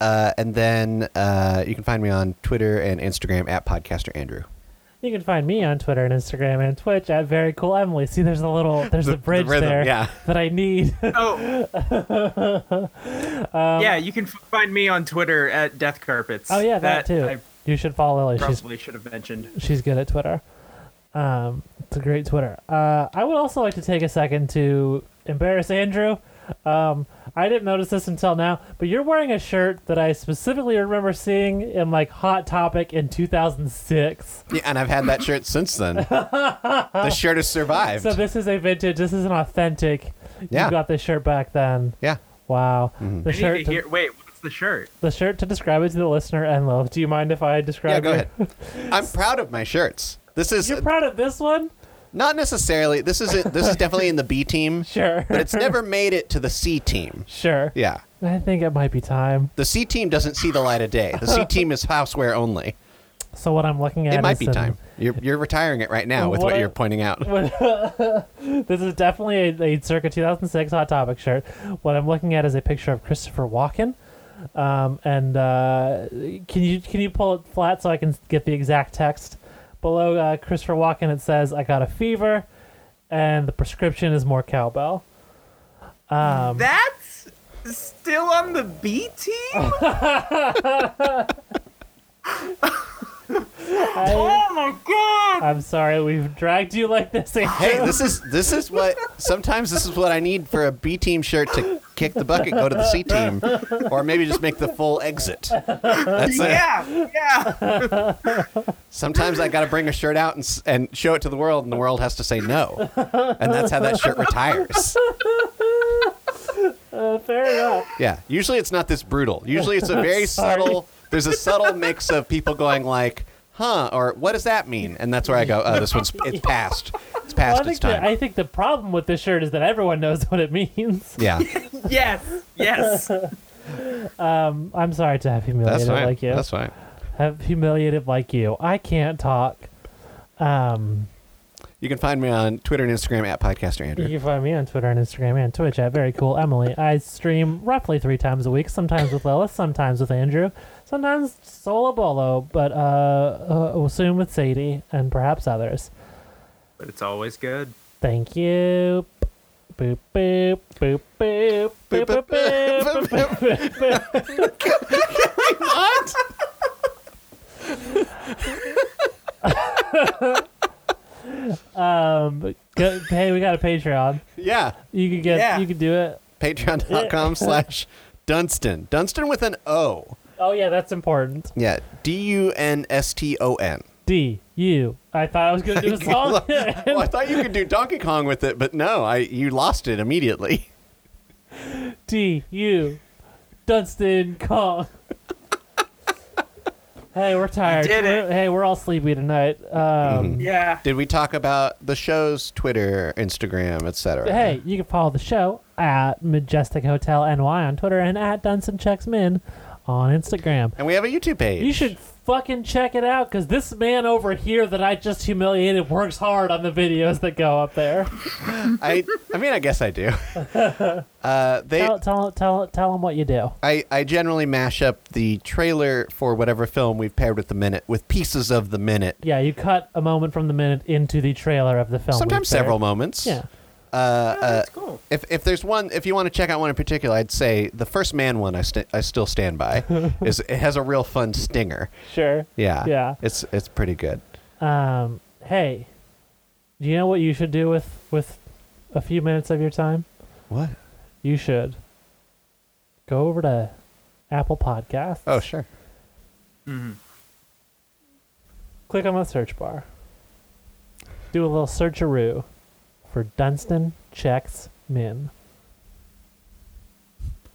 B: Uh, and then uh, you can find me on Twitter and Instagram at Podcaster Andrew.
A: You can find me on Twitter and Instagram and Twitch at very cool Emily. See, there's a little, there's
B: The-
A: a bridge
B: the rhythm,
A: there
B: yeah.
A: that I need.
C: Oh, yeah, you can f- find me on Twitter at Death Carpets.
A: Um, oh yeah, that, too.
C: I
A: you should follow Lily. She's
C: probably should have mentioned.
A: she's good at Twitter. Um, it's a great Twitter. Uh, I would also like to take a second to embarrass Andrew. Um, I didn't notice this until now, but you're wearing a shirt that I specifically remember seeing in like Hot Topic in 2006.
B: Yeah, and I've had that shirt since then. the shirt has survived.
A: So this is a vintage. This is an authentic.
B: Yeah. Mm-hmm.
A: You got this shirt back then.
B: yeah.
A: Wow. The
C: I need to
A: shirt. To,
C: hear. Wait, what's the shirt?
A: the shirt to describe it to the listener and love. Do you mind if I describe?
B: Yeah, go
A: it?
B: ahead. I'm proud of my shirts. This is
A: You're proud of this one?
B: not necessarily this is this is definitely in the B team,
A: Sure.
B: but it's never made it to the C team.
A: Sure.
B: Yeah.
A: I think it might be time.
B: The C team doesn't see the light of day. The C team is houseware only.
A: So what I'm looking at
B: It
A: is
B: might be
A: an-
B: time. You're, you're retiring it right now with
A: What
B: what
A: I-
B: you're pointing out.
A: This is definitely a, a circa 2006 Hot Topic shirt. What I'm looking at is a picture of Christopher Walken. Um, and uh, can you can you pull it flat so I can get the exact text? Below uh, Christopher Walken, it says, "I got a fever, and the prescription is more cowbell." Um,
C: That's still on the B team?
A: I,
C: Oh my god!
A: I'm sorry we've dragged you like this. Andrew.
B: Hey, this is this is what sometimes this is what I need for a B team shirt to kick the bucket, go to the C team, or maybe just make the full exit. That's it.
C: Yeah, yeah.
B: Sometimes I got to bring a shirt out and s- and show it to the world, and the world has to say no, and that's how that shirt retires.
A: Uh, fair enough.
B: Yeah. Usually it's not this brutal. Usually it's a very subtle. There's a subtle mix of people going like, "Huh," or "What does that mean?" And that's where I go, "Oh, this one's it's past. It's
A: Well,
B: past
A: I think
B: its
A: the,
B: time."
A: I think the problem with this shirt is that everyone knows what it means.
B: yeah.
C: Yes, yes.
A: I'm sorry to have
B: That's
A: humiliated
B: fine.
A: like you.
B: That's fine.
A: have humiliated like you. I can't talk. Um,
B: You can find me on Twitter and Instagram at podcaster
A: you
B: Andrew.
A: can find me on Twitter and Instagram and Twitch at very cool Emily. I stream roughly three times a week, sometimes with Lilith, sometimes with Andrew, sometimes solo bolo, but uh, uh, soon with Sadie and perhaps others.
C: But it's always good.
A: Thank you. Boop boop boop boop boop boop boop boop boop boop.
B: What?
A: Um, go, hey, we got a Patreon.
B: Yeah.
A: You could get,
C: Yeah.
A: you could do it.
B: Patreon.com slash Dunstan. Dunstan with an O.
A: Oh yeah, that's important.
B: Yeah. D U N S T O N.
A: D U. I thought I was gonna do a song.
B: Well, Oh, I thought you could do Donkey Kong with it, but no, I you lost it immediately.
A: D U. Dunstan, call. hey, we're tired.
C: did it.
A: We're- Hey, we're all sleepy tonight. Um,
C: Yeah.
B: Did we talk about the show's Twitter, Instagram, etc.?
A: Hey, you can follow the show at Majestic Hotel NY on Twitter and at Dunson Checks Min on Instagram.
B: And we have a YouTube page.
A: You should fucking check it out because this man over here that I just humiliated works hard on the videos that go up there.
B: I, I mean, I guess I do. Uh, they,
A: tell, tell, tell, tell him what you do.
B: I, I generally mash up the trailer for whatever film we've paired with the minute with pieces of the minute.
A: Yeah, you cut a moment from the minute into the trailer of the film.
B: Sometimes
A: Oh, we've paired.
B: several moments.
A: Yeah. Uh,
C: that's cool.
B: If, if there's one, if you want to check out one in particular, I'd say the first man one. I, st- I still stand by. is it has a real fun stinger.
A: Sure.
B: Yeah.
A: Yeah.
B: It's it's pretty good.
A: Um, hey, do you know what you should do with with a few minutes of your time?
B: What?
A: You should go over to Apple Podcasts.
B: Oh sure.
A: click on the search bar. Do a little searcheroo for Dunstan checks min.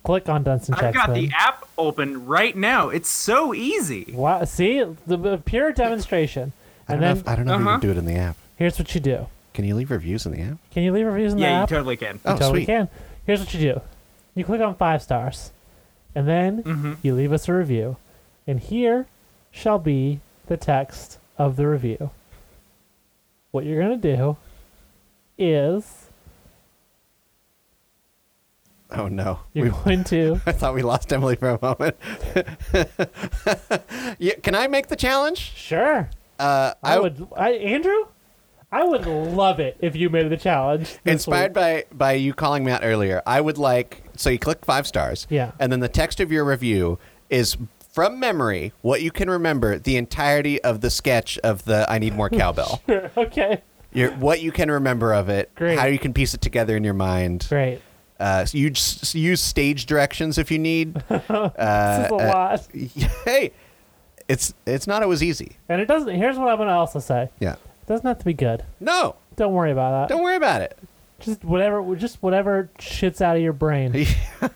A: Click on Dunstan
C: I've
A: checks
C: got
A: min.
C: the app open right now. It's so easy.
A: wow, see the, the pure demonstration.
B: I
A: And
B: don't
A: then
B: know. If, I don't know if
C: Uh-huh.
B: you can do it in the app.
A: here's what you do.
B: Can you leave reviews in the app?
A: Can you leave reviews in the
C: Yeah, you
A: app?
C: totally can.
B: Oh,
A: You totally
B: sweet.
A: can. Here's what you do. You click on five stars, and then
B: Mm-hmm.
A: you leave us a review. And here shall be the text of the review. What you're gonna do is
B: Oh no.
A: you're
B: We-
A: going to
B: I thought we lost Emily for a moment. yeah, can I make the challenge?
A: sure.
B: Uh,
A: I would, I Andrew, I would love it if you made the challenge. this
B: Inspired
A: week.
B: by by you calling me out earlier, I would like so you click five stars.
A: Yeah.
B: And then the text of your review is from memory what you can remember the entirety of the sketch of the I need more cowbell.
A: okay,
B: your, what you can remember of it,
A: Great.
B: how you can piece it together in your mind.
A: great.
B: Uh, so you just use stage directions if you need.
A: this is
B: Uh,
A: a lot,
B: hey, it's it's not always easy.
A: and it doesn't. Here's what I'm gonna also say: it
B: Yeah.
A: doesn't have to be good.
B: No,
A: Don't worry about that.
B: don't worry about it.
A: Just whatever, just whatever shits out of your brain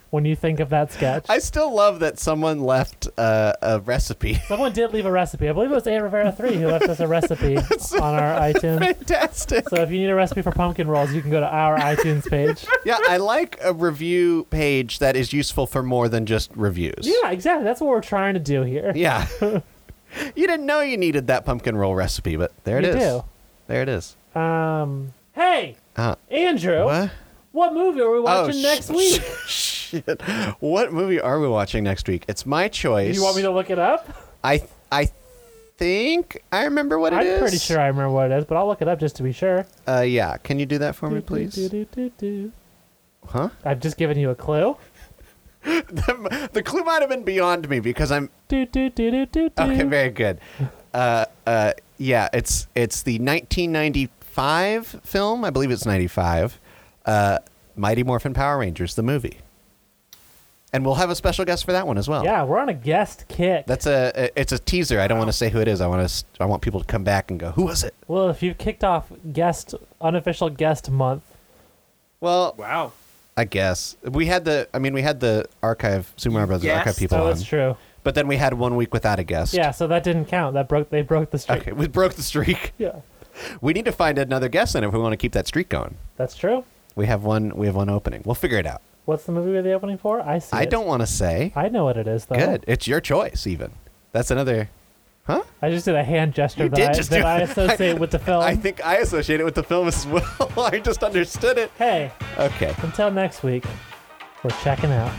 A: when you think of that sketch.
B: I still love that someone left uh, a recipe.
A: Someone did leave a recipe. I believe it was A Rivera three who left us a recipe on our iTunes.
B: Fantastic.
A: So if you need a recipe for pumpkin rolls, you can go to our iTunes page.
B: Yeah, I like a review page that is useful for more than just reviews.
A: Yeah, exactly. That's what we're trying to do here.
B: Yeah. you didn't know you needed that pumpkin roll recipe, but there it
A: You
B: is.
A: do.
B: There it is.
A: Um, hey,
B: Uh,
A: Andrew.
B: what? Oh,
A: What movie are we watching
B: sh-
A: next
B: sh-
A: week?
B: Shit. What movie are we watching next week? It's my choice.
A: you want me to look it up?
B: I I think I remember what it
A: I'm
B: is.
A: pretty sure I remember what it is, but I'll look it up just to be sure.
B: Uh, yeah. Can you do that for me, please? Huh?
A: I've just given you a clue.
B: the, the clue might have been beyond me because I'm
A: Do, do, do, do, do, do.
B: Okay, very good. Uh, uh, yeah, it's it's the 1995 film. I believe it's 95. Uh, Mighty Morphin Power Rangers, the movie. And we'll have a special guest for that one as well.
A: Yeah, we're on a guest kick.
B: That's a it's a teaser. I don't want to say who it is. I want to I want people to come back and go, "Who was it?"
A: well, if you've kicked off guest unofficial guest month,
B: Well,
C: Wow.
B: I guess we had the I mean, we had the archive Sumar Brothers
C: Yes.
B: archive people
A: oh,
B: on.
A: that's true.
B: But then we had one week without a guest.
A: Yeah, so that didn't count. That broke. They broke the streak.
B: Okay, we broke the streak.
A: Yeah,
B: We need to find another guest then if we want to keep that streak going.
A: that's true.
B: We have one. We have one opening. We'll figure it out.
A: What's the movie we're the opening for? I see.
B: I
A: it.
B: don't want to say.
A: I know what it is though.
B: Good. It's your choice. Even that's another. Huh?
A: I just did a hand gesture
B: You
A: that,
B: did
A: I,
B: just
A: that
B: do-
A: I associate with the film.
B: I think I associate it with the film as well. I just understood it.
A: hey,
B: Okay.
A: until next week, we're checking out.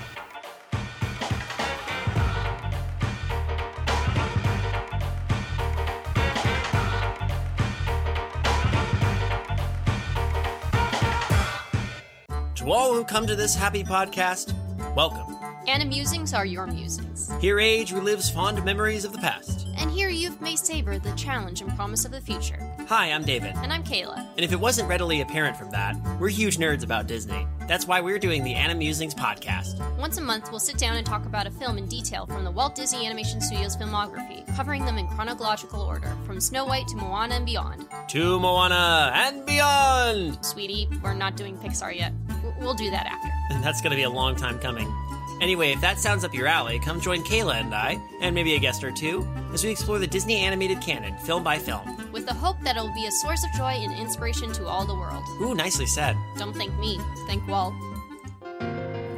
D: To all who come to this happy podcast, welcome.
E: And amusings are your musings.
D: Here, age relives fond memories of the past.
E: And here you may savor the challenge and promise of the future.
D: Hi, I'm David.
E: And I'm Kayla.
D: And if it wasn't readily apparent from that, we're huge nerds about Disney. That's why we're doing the Animusings podcast.
E: Once a month, we'll sit down and talk about a film in detail from the Walt Disney Animation Studios filmography, covering them in chronological order, from Snow White to Moana and beyond.
D: To Moana and beyond!
E: Sweetie, we're not doing Pixar yet. W- We'll do that after.
D: That's gonna be a long time coming. Anyway, if that sounds up your alley, come join Kayla and I, and maybe a guest or two, as we explore the Disney animated canon, film by film.
E: with the hope that it'll be a source of joy and inspiration to all the world.
D: Ooh, nicely said.
E: Don't thank me, thank Walt.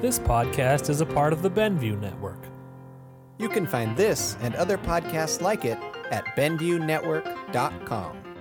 F: This podcast is a part of the Benview Network.
B: You can find this and other podcasts like it at BenviewNetwork.com.